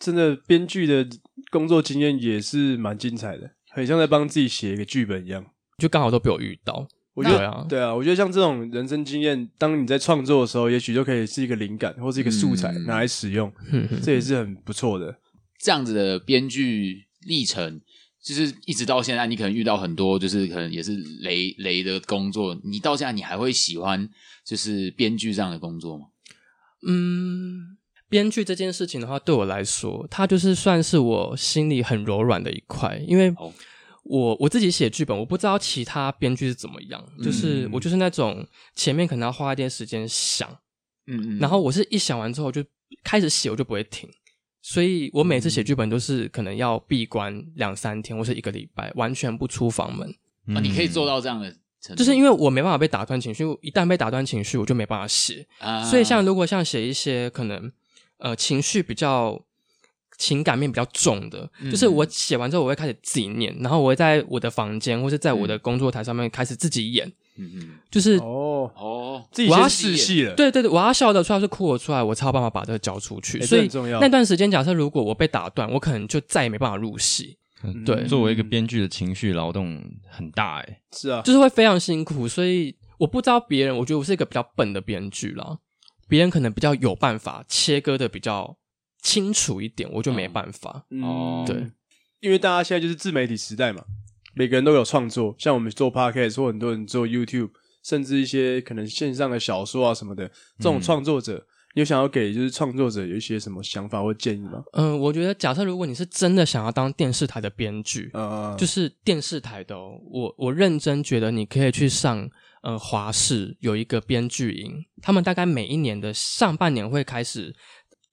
Speaker 2: 真的，编剧的工作经验也是蛮精彩的，很像在帮自己写一个剧本一样。
Speaker 5: 就刚好都被我遇到。
Speaker 2: 我觉得
Speaker 5: 对啊
Speaker 2: 对啊，我觉得像这种人生经验，当你在创作的时候，也许就可以是一个灵感或是一个素材
Speaker 3: 嗯
Speaker 2: 拿来使用，
Speaker 5: 哼哼
Speaker 2: 这也是很不错的。
Speaker 3: 这样子的编剧历程。就是一直到现在，你可能遇到很多，就是可能也是雷雷的工作。你到现在，你还会喜欢就是编剧这样的工作吗？
Speaker 5: 嗯，编剧这件事情的话，对我来说，它就是算是我心里很柔软的一块，因为
Speaker 3: 哦
Speaker 5: 我我自己写剧本，我不知道其他编剧是怎么样，就是
Speaker 2: 嗯
Speaker 5: 我就是那种前面可能要花一点时间想，
Speaker 3: 嗯嗯。
Speaker 5: 然后我是一想完之后就开始写，我就不会停。所以我每次
Speaker 3: 嗯
Speaker 5: 写剧本都是可能要闭关两三天或是一个礼拜，完全不出房门，
Speaker 3: 啊，你可以做
Speaker 4: 到，
Speaker 3: 到这样的
Speaker 5: 嗯
Speaker 3: 程度，
Speaker 5: 就是因为我没办法被打断情绪，一旦被打断情绪，我就没办法写。
Speaker 3: 啊，
Speaker 5: 所以像如果像写一些可能呃情绪比较情感面比较重的，
Speaker 2: 嗯
Speaker 5: 就是我写完之后我会开始自己念，然后我会在我的房
Speaker 2: 嗯
Speaker 5: 间或是在我的工作台上面开始自己演，
Speaker 3: 嗯嗯
Speaker 5: 就是。
Speaker 2: 哦，
Speaker 3: 哦，
Speaker 2: 自己
Speaker 5: 我要
Speaker 2: 先试戏了，
Speaker 5: 对对对，我要笑得出来，是哭得出来，我才有办法把这个交出去。
Speaker 2: 欸
Speaker 5: 所
Speaker 2: 这
Speaker 5: 以
Speaker 2: 很重要
Speaker 5: 那段时间，假设如果我被打断，我可能就再也没办法入戏，
Speaker 4: 嗯
Speaker 5: 对
Speaker 4: 作为一个编剧的情绪劳动很大哎，
Speaker 2: 是啊，
Speaker 5: 就是会非常辛苦。所以我不知道别人，我觉得我是一个比较笨的编剧啦，别人可能比较有办法切割的比较清楚一点，我就没
Speaker 3: 嗯
Speaker 5: 办法。
Speaker 3: 哦
Speaker 5: 对，
Speaker 2: 因为大家现在就是自媒体时代嘛，每个人都有创作，像我们做 podcast 或很多人做 YouTube，甚至一些可能线上的小说啊什么的，这种创作者，你有想要给就是创作者有一些什么想法或建议吗？
Speaker 5: 嗯，我觉得假设如果你是真的想要当电视台的编剧，
Speaker 2: 呃，
Speaker 5: 就是电视台的、哦，我我认真觉得你可以去上呃华视有一个编剧营，他们大概每一年的上半年会开始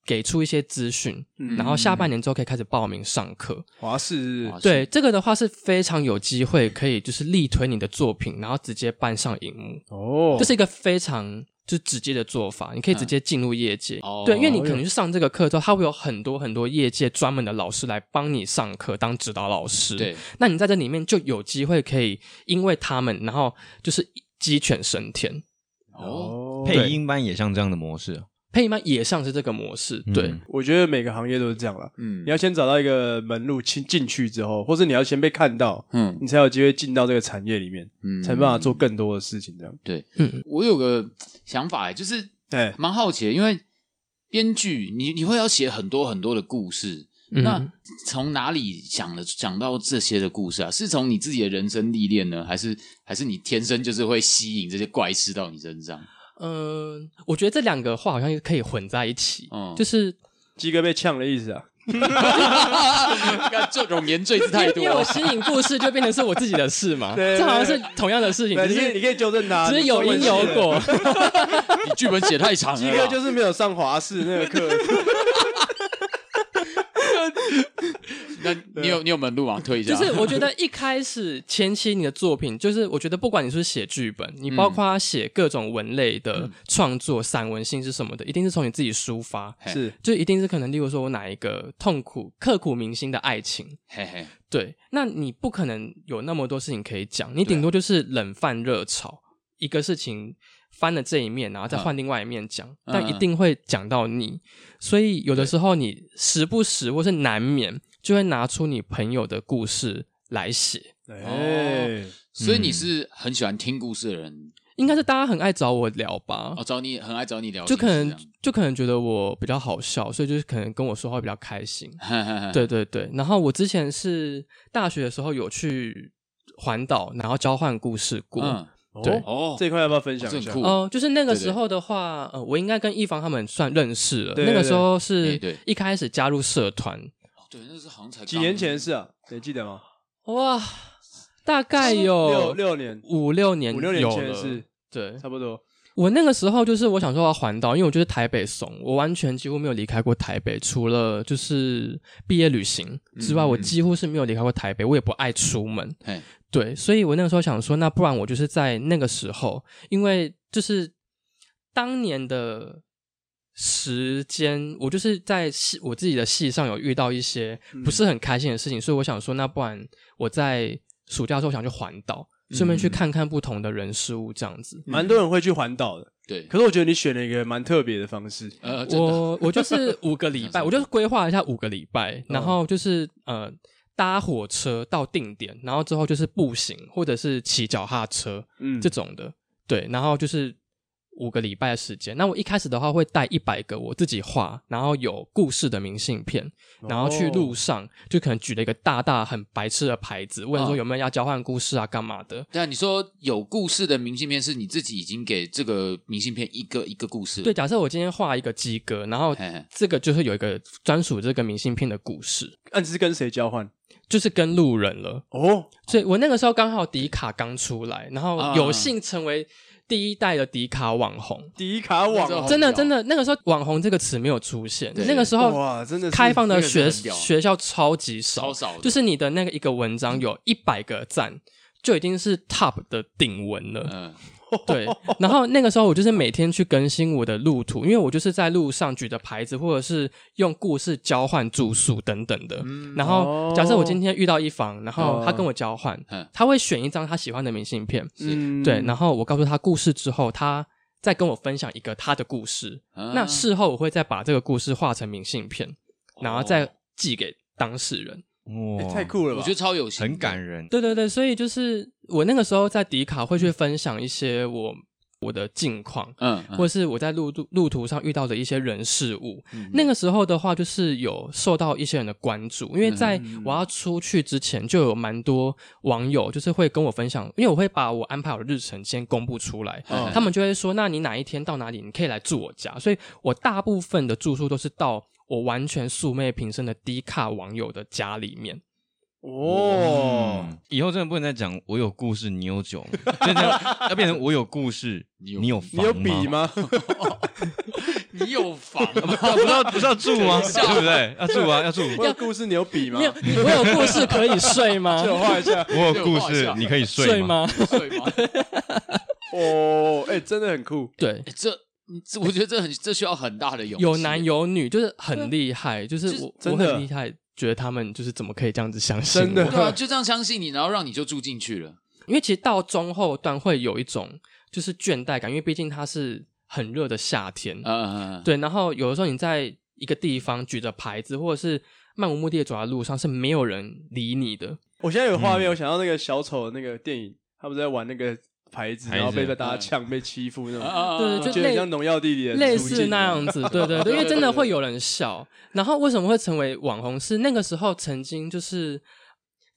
Speaker 5: 给出一些资讯，
Speaker 2: 嗯
Speaker 5: 然后下半年之后可以开始报名上课。
Speaker 2: 华视
Speaker 3: 华视
Speaker 5: 对这个的话是非常有机会可以就是力推你的作品，然后直接搬上荧幕。
Speaker 2: 哦嗯
Speaker 5: 这，是一个非常就是直接的做法，你可以直接进入业界。
Speaker 3: 哦
Speaker 5: 对，因为你可能去上这个课之后，他会有很多很多业界专门的老师来帮你上课，当指导老师。，
Speaker 3: 对，
Speaker 5: 那你在这里面就有机会可以因为他们，然后就是鸡犬升天。
Speaker 3: 哦，
Speaker 4: 配音班也像这样的模式啊，
Speaker 5: 配音班也像是这个模式，
Speaker 4: 嗯
Speaker 5: 对，
Speaker 2: 我觉得每个行业都是这样啦。
Speaker 3: 嗯
Speaker 2: 你要先找到一个门路进进去之后，或是你要先被看到，
Speaker 3: 嗯
Speaker 2: 你才有机会进到这个产业里面，
Speaker 3: 嗯
Speaker 2: 才有办法做更多的事情。这样，
Speaker 3: 我有个想法欸，就是
Speaker 2: 哎，
Speaker 3: 蛮好奇的，因为编剧你你会要写很多很多的故事，
Speaker 5: 嗯
Speaker 3: 那从哪里想的想到这些的故事啊？是从你自己的人生历练呢，还是还是你天生就是会吸引这些怪事到你身上？
Speaker 5: 嗯、我觉得这两个话好像可以混在一起，
Speaker 2: 哦
Speaker 3: 嗯
Speaker 5: 就是
Speaker 2: 鸡哥被呛的意思啊，
Speaker 3: 这种言罪之太
Speaker 5: 因为我
Speaker 3: 多，
Speaker 5: 吸引故事就变成是我自己的事嘛，
Speaker 2: 啊 对对
Speaker 5: 这好像是同样的事情，
Speaker 2: 对
Speaker 5: 只
Speaker 2: 你可
Speaker 5: 是
Speaker 2: 以你可以纠正他，
Speaker 5: 只是有因有果。
Speaker 3: 你剧本写太长
Speaker 2: 鸡
Speaker 3: 了
Speaker 2: 哥
Speaker 3: 啦，
Speaker 2: 就是没有上华视那个课，
Speaker 3: 那你有你有门路吗？推一下，
Speaker 5: 就是我觉得一开始前期你的作品，就是我觉得不管你是不是写剧本，你包括写各种文类的创作、散文性是什么的，一定是从你自己抒发，
Speaker 3: 嘿
Speaker 2: 是
Speaker 5: 就一定是可能，例如说我哪一个痛苦、刻骨铭心的爱情，
Speaker 3: 嘿嘿，
Speaker 5: 对，那你不可能有那么多事情可以讲，你
Speaker 3: 对啊
Speaker 5: 顶多就是冷饭热炒，一个事情翻了这一面，然后再
Speaker 3: 嗯
Speaker 5: 换另外一面讲，但一定会讲到你。所以有的时候你时不时或是难免就会拿出你朋友的故事来写。
Speaker 2: 哎，
Speaker 3: 所以
Speaker 5: 嗯
Speaker 3: 你是很喜欢听故事的人，
Speaker 5: 应该是大家很爱找我聊吧，
Speaker 3: 哦，找你很爱找你聊
Speaker 5: 就
Speaker 3: 心事
Speaker 5: 可
Speaker 3: 这
Speaker 5: 能
Speaker 3: 样，
Speaker 5: 就可能觉得我比较好笑，所以就是可能跟我说话会比较开心。
Speaker 3: 嗯能
Speaker 5: 对对对，然后我之前是大学的时候有去环岛，然后交换故事过。
Speaker 3: 嗯
Speaker 5: 对
Speaker 2: 哦
Speaker 3: 哦，
Speaker 2: 这一块要不要分享一
Speaker 3: 这
Speaker 2: 下
Speaker 3: 很？酷
Speaker 5: 哦、就是那个
Speaker 3: 对对
Speaker 5: 时候的话，呃，我应该跟一方他们算认识了。
Speaker 2: 对
Speaker 5: 那个
Speaker 2: 对
Speaker 5: 时候
Speaker 3: 哎
Speaker 5: 是
Speaker 3: 对
Speaker 5: 一开始加入社团，
Speaker 3: 对，那是好像才
Speaker 2: 几年前的
Speaker 3: 是
Speaker 2: 事啊，你记得吗？
Speaker 5: 哇，大概
Speaker 2: 六
Speaker 5: 有
Speaker 2: 六年，
Speaker 5: 哦五六年，哎
Speaker 2: 五六年前的事。，
Speaker 5: 对，
Speaker 2: 差不多。
Speaker 5: 我那个时候就是我想说要环岛，因为我就是台北怂，我完全几乎没有离开过台北，除了就是毕业旅行之外，
Speaker 3: 嗯嗯
Speaker 5: 我几乎是没有离开过台北，我也不爱出门。
Speaker 3: 嘿
Speaker 5: 对，所以我那个时候想说，那不然我就是在那个时候，因为就是当年的时间，我就是在戏我自己的戏上有遇到一些不是很开心的事情，所以我想说，那不然我在暑假的时候想去环岛，顺便去看看不同的人事物这样子。
Speaker 2: 蛮多人会去环岛的，
Speaker 3: 对，
Speaker 2: 可是我觉得你选了一个蛮特别的方式，
Speaker 3: 呃，真的嗯
Speaker 5: 我我就是五个礼 拜，我就是规划一下五个礼拜，然后就是呃搭火车到定点，然后之后就是步行或者是骑脚踏车
Speaker 2: 嗯
Speaker 5: 这种的，对，然后就是五个礼拜的时间。那我一开始的话会带一百个我自己画，然后有故事的明信片，然后去
Speaker 3: 哦
Speaker 5: 路上就可能举了一个大大很白痴的牌子，问说
Speaker 3: 嗯
Speaker 5: 有没有人要交换故事啊，干嘛的。
Speaker 3: 对啊，你说有故事的明信片是你自己已经给这个明信片一个一个故事，
Speaker 5: 对，，假设我今天画一个鸡哥，然后
Speaker 3: 嘿嘿
Speaker 5: 这个就是有一个专属这个明信片的故事，
Speaker 2: 暗示跟谁交换？
Speaker 5: 就是跟路人了。
Speaker 2: 哦，
Speaker 5: 所以我那个时候刚好迪卡刚出来，然后有幸成为第一代的迪卡网红。
Speaker 2: 迪卡网
Speaker 3: 那时候
Speaker 2: 哦
Speaker 5: 真的，
Speaker 3: 屌
Speaker 5: 真的，那个时候“网红”这个词没有出现，
Speaker 3: 对
Speaker 5: 那个时候
Speaker 2: 哇，真的是
Speaker 5: 开放的
Speaker 3: 那个真
Speaker 5: 学
Speaker 3: 的很屌
Speaker 5: 学校超级少
Speaker 3: 超，少的，
Speaker 5: 就是你的那个一个文章有一百个赞，就已经是 top 的顶文了。
Speaker 3: 嗯，
Speaker 5: 对，然后那个时候我就是每天去更新我的路途，因为我就是在路上举着牌子，或者是用故事交换住宿等等的。然后假设我今天遇到一房，然后他跟我交换，
Speaker 3: 嗯
Speaker 5: 他会选一张他喜欢的明信片，
Speaker 2: 嗯
Speaker 5: 对，然后我告诉他故事之后，他。再跟我分享一个他的故事，
Speaker 3: 啊
Speaker 5: 那事后我会再把这个故事画成明信片，然后
Speaker 3: 哦
Speaker 5: 再寄给当事人。
Speaker 2: 欸
Speaker 4: 哇，
Speaker 2: 太，酷了吧？
Speaker 3: 我觉得超有型的，
Speaker 4: 很感人。
Speaker 5: 对对对，所以就是我那个时候在迪卡会去分享一些我我的近况，
Speaker 3: 嗯，嗯，
Speaker 5: 或是我在路途路途上遇到的一些人事物。那个时候的话，就是有受到一些人的关注，因为在我要出去之前，就有蛮多网友就是会跟我分享，因为我会把我安排好的日程先公布出来，
Speaker 3: 嗯
Speaker 5: 他们就会说：“那你哪一天到哪里，你可以来住我家。”所以我大部分的住宿都是到。我完全素昧平生的低卡网友的家里面，
Speaker 2: 哦，
Speaker 4: 嗯，以后真的不能再讲我有故事，你有酒吗，就这样要变成我有故事，
Speaker 3: 你有
Speaker 4: 你有
Speaker 2: 你有
Speaker 4: 房
Speaker 2: 笔
Speaker 4: 吗？
Speaker 2: 吗？
Speaker 3: 你有房吗？
Speaker 4: 不是要不是要住吗？对不对？要住啊，要住。
Speaker 2: 我有故事，你有笔吗
Speaker 5: 没？有，你我有故事可以睡 吗？
Speaker 2: 我 画一下。
Speaker 4: 我有故
Speaker 3: 这个
Speaker 4: 事
Speaker 3: 画，一下
Speaker 4: 你可以
Speaker 5: 睡
Speaker 4: 吗？
Speaker 5: 吗？
Speaker 3: 对吗？
Speaker 2: 哦，哎，真的很酷。
Speaker 5: 对，
Speaker 3: 欸这嗯这我觉得这很这需要很大的勇气，啊
Speaker 5: 有男有女，就是很厉害，就是我
Speaker 2: 真
Speaker 5: 我
Speaker 2: 的
Speaker 5: 很厉害，觉得他们就是怎么可以这样子相信我
Speaker 2: 真的
Speaker 3: 对啊，就这样相信你，然后让你就住进去了。
Speaker 5: 因为其实到中后段会有一种就是倦怠感，因为毕竟它是很热的夏天，
Speaker 2: 呃
Speaker 3: 嗯，
Speaker 5: 对，然后有的时候你在一个地方举着牌子，或者是漫无目的地走在路上，是没有人理你的，
Speaker 2: 我现在有画面，我想到那个小丑的那个电影，他不是在玩那个牌子，
Speaker 4: 牌子
Speaker 2: 然后被大家呛、被欺负
Speaker 3: 嗯
Speaker 2: 那种，
Speaker 3: 嗯
Speaker 5: 对
Speaker 3: 嗯
Speaker 5: 就
Speaker 2: 啊就很像农药弟弟的
Speaker 5: 类
Speaker 2: 处境
Speaker 5: 似那样子，对对对，因为真的会有人笑。然后为什么会成为网红？是那个时候曾经就是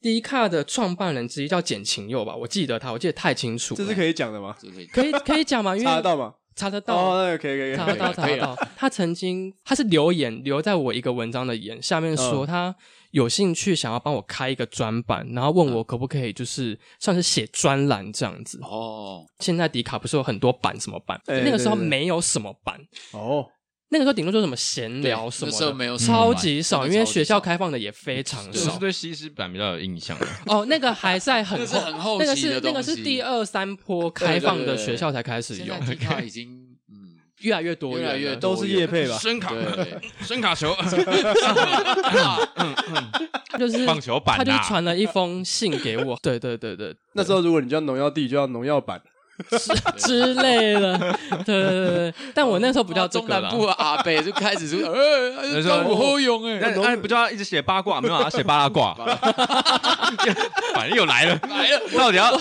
Speaker 5: 第一卡的创办人之一叫简晴佑吧，我记得他，我记得太清楚了。
Speaker 2: 这是可以讲的吗？
Speaker 3: 这可以
Speaker 5: 可以可以讲 吗？因为
Speaker 2: 查得到吗？
Speaker 5: 查得到，
Speaker 2: 哦，那个可以可以
Speaker 5: 查得
Speaker 2: 可以。啊
Speaker 5: 到，查
Speaker 3: 可以
Speaker 5: 得到。他曾经他是留言留在我一个文章的言下面说，
Speaker 2: 嗯
Speaker 5: 他有兴趣想要帮我开一个专版，然后
Speaker 2: 嗯
Speaker 5: 问我可不可以就是算是写专栏这样子。
Speaker 3: 哦，
Speaker 5: 现在迪卡不是有很多版什么版？
Speaker 2: 哎
Speaker 5: 那个时候
Speaker 2: 对对对
Speaker 5: 没有什么版，
Speaker 2: 哦，
Speaker 5: 那个时候顶多就什么闲聊
Speaker 3: 对
Speaker 5: 什么
Speaker 3: 那时候
Speaker 5: 的，
Speaker 3: 没有什么
Speaker 5: 超
Speaker 3: 版
Speaker 5: 级少，
Speaker 3: 真
Speaker 5: 因
Speaker 3: 的
Speaker 5: 为
Speaker 3: 超级
Speaker 5: 学校
Speaker 3: 少
Speaker 5: 开放的也非常
Speaker 4: 我是
Speaker 5: 少。
Speaker 4: 对西施版比较有印象啊的。
Speaker 5: 哦，那个还在很
Speaker 3: 那是
Speaker 5: 后，
Speaker 3: 很后
Speaker 5: 那个
Speaker 3: 期
Speaker 5: 是
Speaker 3: 的
Speaker 5: 那个
Speaker 3: 东
Speaker 5: 是
Speaker 3: 西
Speaker 5: 第二三波
Speaker 3: 对
Speaker 5: 开
Speaker 3: 对
Speaker 5: 放
Speaker 3: 对
Speaker 5: 的
Speaker 3: 对
Speaker 5: 学校才开始
Speaker 3: 现
Speaker 5: 有
Speaker 3: 在，迪卡已经嗯，
Speaker 5: 越来越多
Speaker 3: 越
Speaker 5: 人了，
Speaker 3: 来越
Speaker 2: 都是叶配
Speaker 5: 哦
Speaker 2: 吧？
Speaker 4: 声卡，
Speaker 3: 对，
Speaker 4: 声卡 球，
Speaker 5: 他就是
Speaker 4: 棒球版啊
Speaker 5: 他就是
Speaker 4: 啦
Speaker 5: 传了一封信给我，对对对对，
Speaker 2: 那时候如果你叫农药弟，就叫农药版。
Speaker 5: 之之类的，对对对对对。但我那时候不叫这
Speaker 3: 中
Speaker 5: 个
Speaker 3: 南
Speaker 5: 啦，
Speaker 3: 部啊阿北就开始说，呃，
Speaker 4: 就说
Speaker 3: 干我后勇
Speaker 4: 那
Speaker 3: 哎，
Speaker 4: 那不就要一直写八 卦，没有啊，写八卦，反正又来了，
Speaker 3: 来了，
Speaker 4: 到底要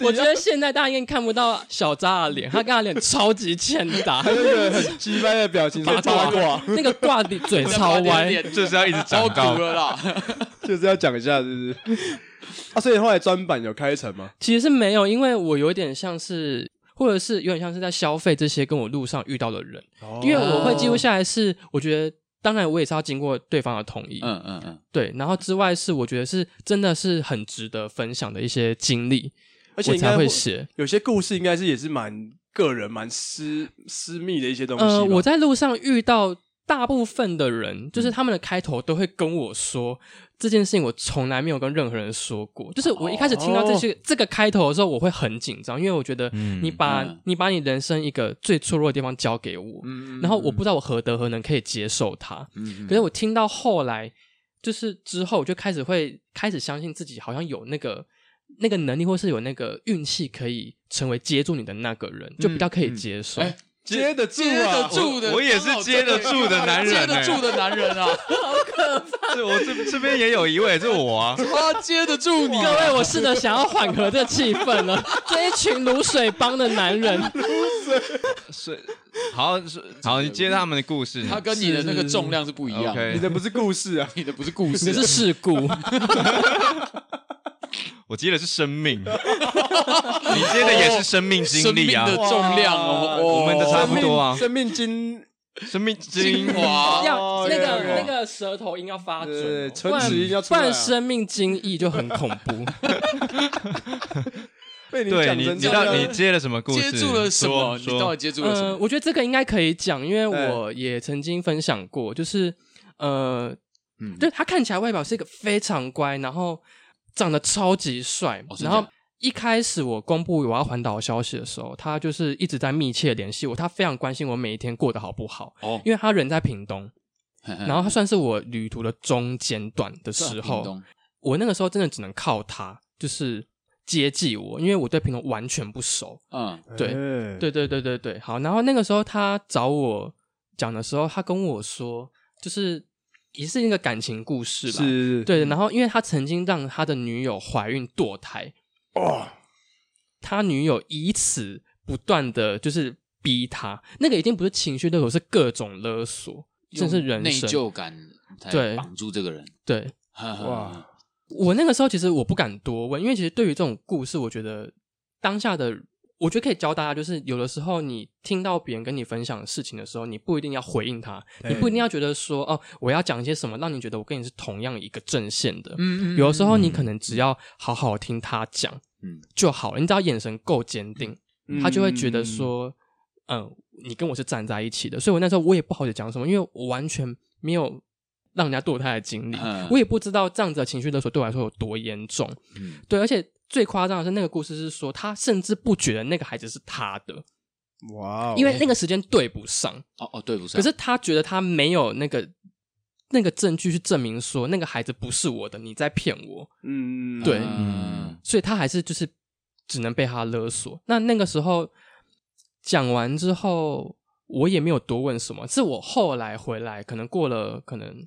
Speaker 5: 我觉得现在大家应该看不到小扎的脸，他跟他脸超级欠 打，
Speaker 2: 还有一个很鸡掰的表情在八卦，
Speaker 5: 那个挂的嘴超歪。
Speaker 4: 就是要一直
Speaker 3: 超
Speaker 4: 长
Speaker 3: 毒
Speaker 4: 高？
Speaker 3: 了啦，
Speaker 2: 就是要讲一下，是不是？啊，所以后来专版有开成吗？
Speaker 5: 其实是没有，因为我有点像是，或者是有点像是在消费这些跟我路上遇到的人，
Speaker 2: 哦
Speaker 5: 因为我会记录下来是，我觉得。当然，我也是要经过对方的同意，
Speaker 3: 嗯 嗯嗯，
Speaker 5: 对。然后之外是，我觉得是真的是很值得分享的一些经历，
Speaker 2: 而且
Speaker 5: 我
Speaker 2: 应该
Speaker 5: 才会写。
Speaker 2: 有些故事应该是也是蛮个人、蛮私私密的一些东西吧。
Speaker 5: 呃，我在路上遇到大部分的人，就是他们的开头都会跟我说、这件事情，我从来没有跟任何人说过。就是我一开
Speaker 3: 哦
Speaker 5: 始听到这些、这个开头的时候，我会很紧张，因为我觉得
Speaker 4: 嗯
Speaker 5: 你把、
Speaker 3: 嗯
Speaker 5: 你把你人生一个最脆弱的地方交给我，
Speaker 3: 嗯
Speaker 5: 然后我不知道我何德何能可以接受它。
Speaker 3: 嗯
Speaker 5: 可是我听到后来，就是之后我就开始会开始相信自己，好像有那个那个能力，或是有那个运气，可以成为接住你的那个人，就比较可以接受。
Speaker 3: 哎
Speaker 2: 接得住
Speaker 3: 接得
Speaker 2: 啊，
Speaker 3: 住的，
Speaker 4: 我我也是接得住的男人
Speaker 3: 接得住的男人啊，
Speaker 4: 是我这这边也有一位，是我啊，
Speaker 3: 他接得住你
Speaker 5: 各位，我试着想要缓和这气氛了。 这一群卤水帮的男 人，
Speaker 4: 是好是好，你接他们的故事，
Speaker 3: 他跟你的那个重量是不一样，
Speaker 2: 你
Speaker 4: OK，
Speaker 2: 的不是故事啊，
Speaker 3: 你的不是故事
Speaker 5: 你
Speaker 3: 啊，
Speaker 5: 是事故，
Speaker 4: 我接的是生 命，你接的也是生命经
Speaker 3: 生命
Speaker 4: 历啊
Speaker 3: 的，重量哦，
Speaker 4: 哇
Speaker 3: 哦
Speaker 4: 我们的 差不多啊
Speaker 2: 生命经
Speaker 4: 生命精
Speaker 3: 精华
Speaker 5: 要那个
Speaker 2: OK，OK
Speaker 5: 那个舌头音要发准
Speaker 2: 对
Speaker 5: 哦，
Speaker 2: 唇齿一定要出
Speaker 5: 不
Speaker 2: 来啊
Speaker 5: 然生命精益就很恐怖。
Speaker 2: 被你
Speaker 4: 对
Speaker 2: 讲
Speaker 4: 你，
Speaker 2: 成
Speaker 4: 你
Speaker 2: 这
Speaker 4: 到
Speaker 2: 样，哎
Speaker 4: 底接了什么故
Speaker 3: 接
Speaker 4: 事？
Speaker 3: 住了什么？
Speaker 4: 说
Speaker 3: 你到
Speaker 4: 说
Speaker 3: 底接住啊了什
Speaker 5: 呃，
Speaker 3: 么？哎
Speaker 5: 我觉得这个应该可以讲，因为我也曾经分享过，就是呃，
Speaker 3: 嗯
Speaker 5: 对他看起来外表是一个非常乖，然后长得超级帅，
Speaker 3: 哦真
Speaker 5: 然
Speaker 3: 假
Speaker 5: 后。一开始我公布我要环岛的消息的时候，他就是一直在密切联系我，他非常关心我每一天过得好不好，
Speaker 3: 哦，嗯
Speaker 5: 因为他人在屏东，
Speaker 3: 然
Speaker 5: 然后他算是我旅途的中间段的时候，我那个时候真的只能靠他，就是接济我，因为我对屏东完全不熟。
Speaker 3: 嗯，
Speaker 5: 对
Speaker 2: 哎，
Speaker 5: 对对对对对，好。然后那个时候他找我讲的时候，他跟我说，就是也是一个感情故事吧。
Speaker 2: 是，
Speaker 5: 对，然后因为他曾经让他的女友怀孕堕胎，
Speaker 2: 哦，
Speaker 5: 他女友以此不断的就是逼他，那个已经不是情绪勒索，是各种勒索，甚至人
Speaker 3: 内
Speaker 5: 生。
Speaker 3: 疚感才
Speaker 5: 对
Speaker 3: 绑住这个人。
Speaker 5: 对
Speaker 3: 哇
Speaker 2: 哇，
Speaker 5: 我那个时候其实我不敢多问，因为其实对于这种故事，我觉得当下的我觉得可以教大家，就是有的时候你听到别人跟你分享事情的时候，你不一定要回应他，
Speaker 2: 对
Speaker 5: 你不一定要觉得说哦，我要讲一些什么，让你觉得我跟你是同样一个阵线的。
Speaker 3: 嗯
Speaker 5: 有的时候你可能只要好好听他讲，
Speaker 3: 嗯
Speaker 5: 嗯就好了。你只要眼神够坚定，
Speaker 2: 嗯
Speaker 5: 他就会觉得说，嗯，你跟我是站在一起的。所以我那时候我也不好讲什么，因为我完全没有让人家堕胎的经历，
Speaker 3: 嗯
Speaker 5: 我也不知道这样子的情绪勒索对我来说有多严重。
Speaker 3: 嗯
Speaker 5: 对，而且最夸张的是，那个故事是说，他甚至不觉得那个孩子是他的，
Speaker 2: 哇哦，
Speaker 5: 因为那个时间对不上。
Speaker 3: 哦哦，对不上，
Speaker 5: 可是他觉得他没有那个那个证据去证明说那个孩子不是我的，你在骗我，
Speaker 2: 嗯，
Speaker 5: 对
Speaker 3: 嗯
Speaker 5: 所以他还是就是只能被他勒索。那那个时候讲完之后，我也没有多问什么，是我后来回来，可能过了可能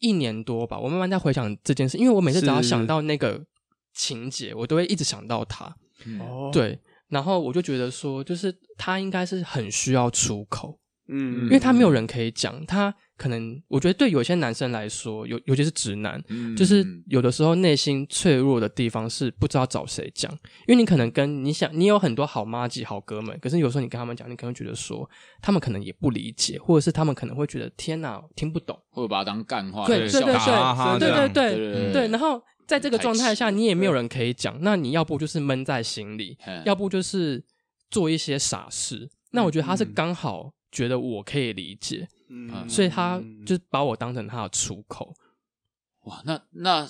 Speaker 5: 一年多吧，我慢慢在回想这件事，因为我每次只要
Speaker 2: 是
Speaker 5: 想到那个情节，我都会一直想到他。
Speaker 3: 嗯
Speaker 2: 哦，
Speaker 5: 对，然后我就觉得说，就是他应该是很需要出口，
Speaker 2: 嗯，
Speaker 5: 因为他没有人可以讲，他可能我觉得对有些男生来说，尤尤其是直男，
Speaker 3: 嗯
Speaker 5: 就是有的时候内心脆弱的地方是不知道找谁讲，因为你可能跟你想，你有很多好妈鸡、好哥们，可是有时候你跟他们讲，你可能觉得说，他们可能也不理解，或者是他们可能会觉得天哪，听不懂，
Speaker 3: 或者把他当干话，
Speaker 5: 对对对
Speaker 4: 小哈哈
Speaker 5: 对
Speaker 4: 这
Speaker 5: 对
Speaker 4: 样
Speaker 5: 对嗯
Speaker 3: 对对
Speaker 5: 对
Speaker 3: 对
Speaker 5: 对，然后在这个状态下，
Speaker 3: 太迟
Speaker 5: 你也没有人可以讲，那你要不就是闷在心里，
Speaker 3: 对
Speaker 5: 要不就是做一些傻事。那我觉得他是刚好觉得我可以理解，
Speaker 2: 嗯，
Speaker 5: 所以他就是把我当成他的出口。
Speaker 3: 哇，那那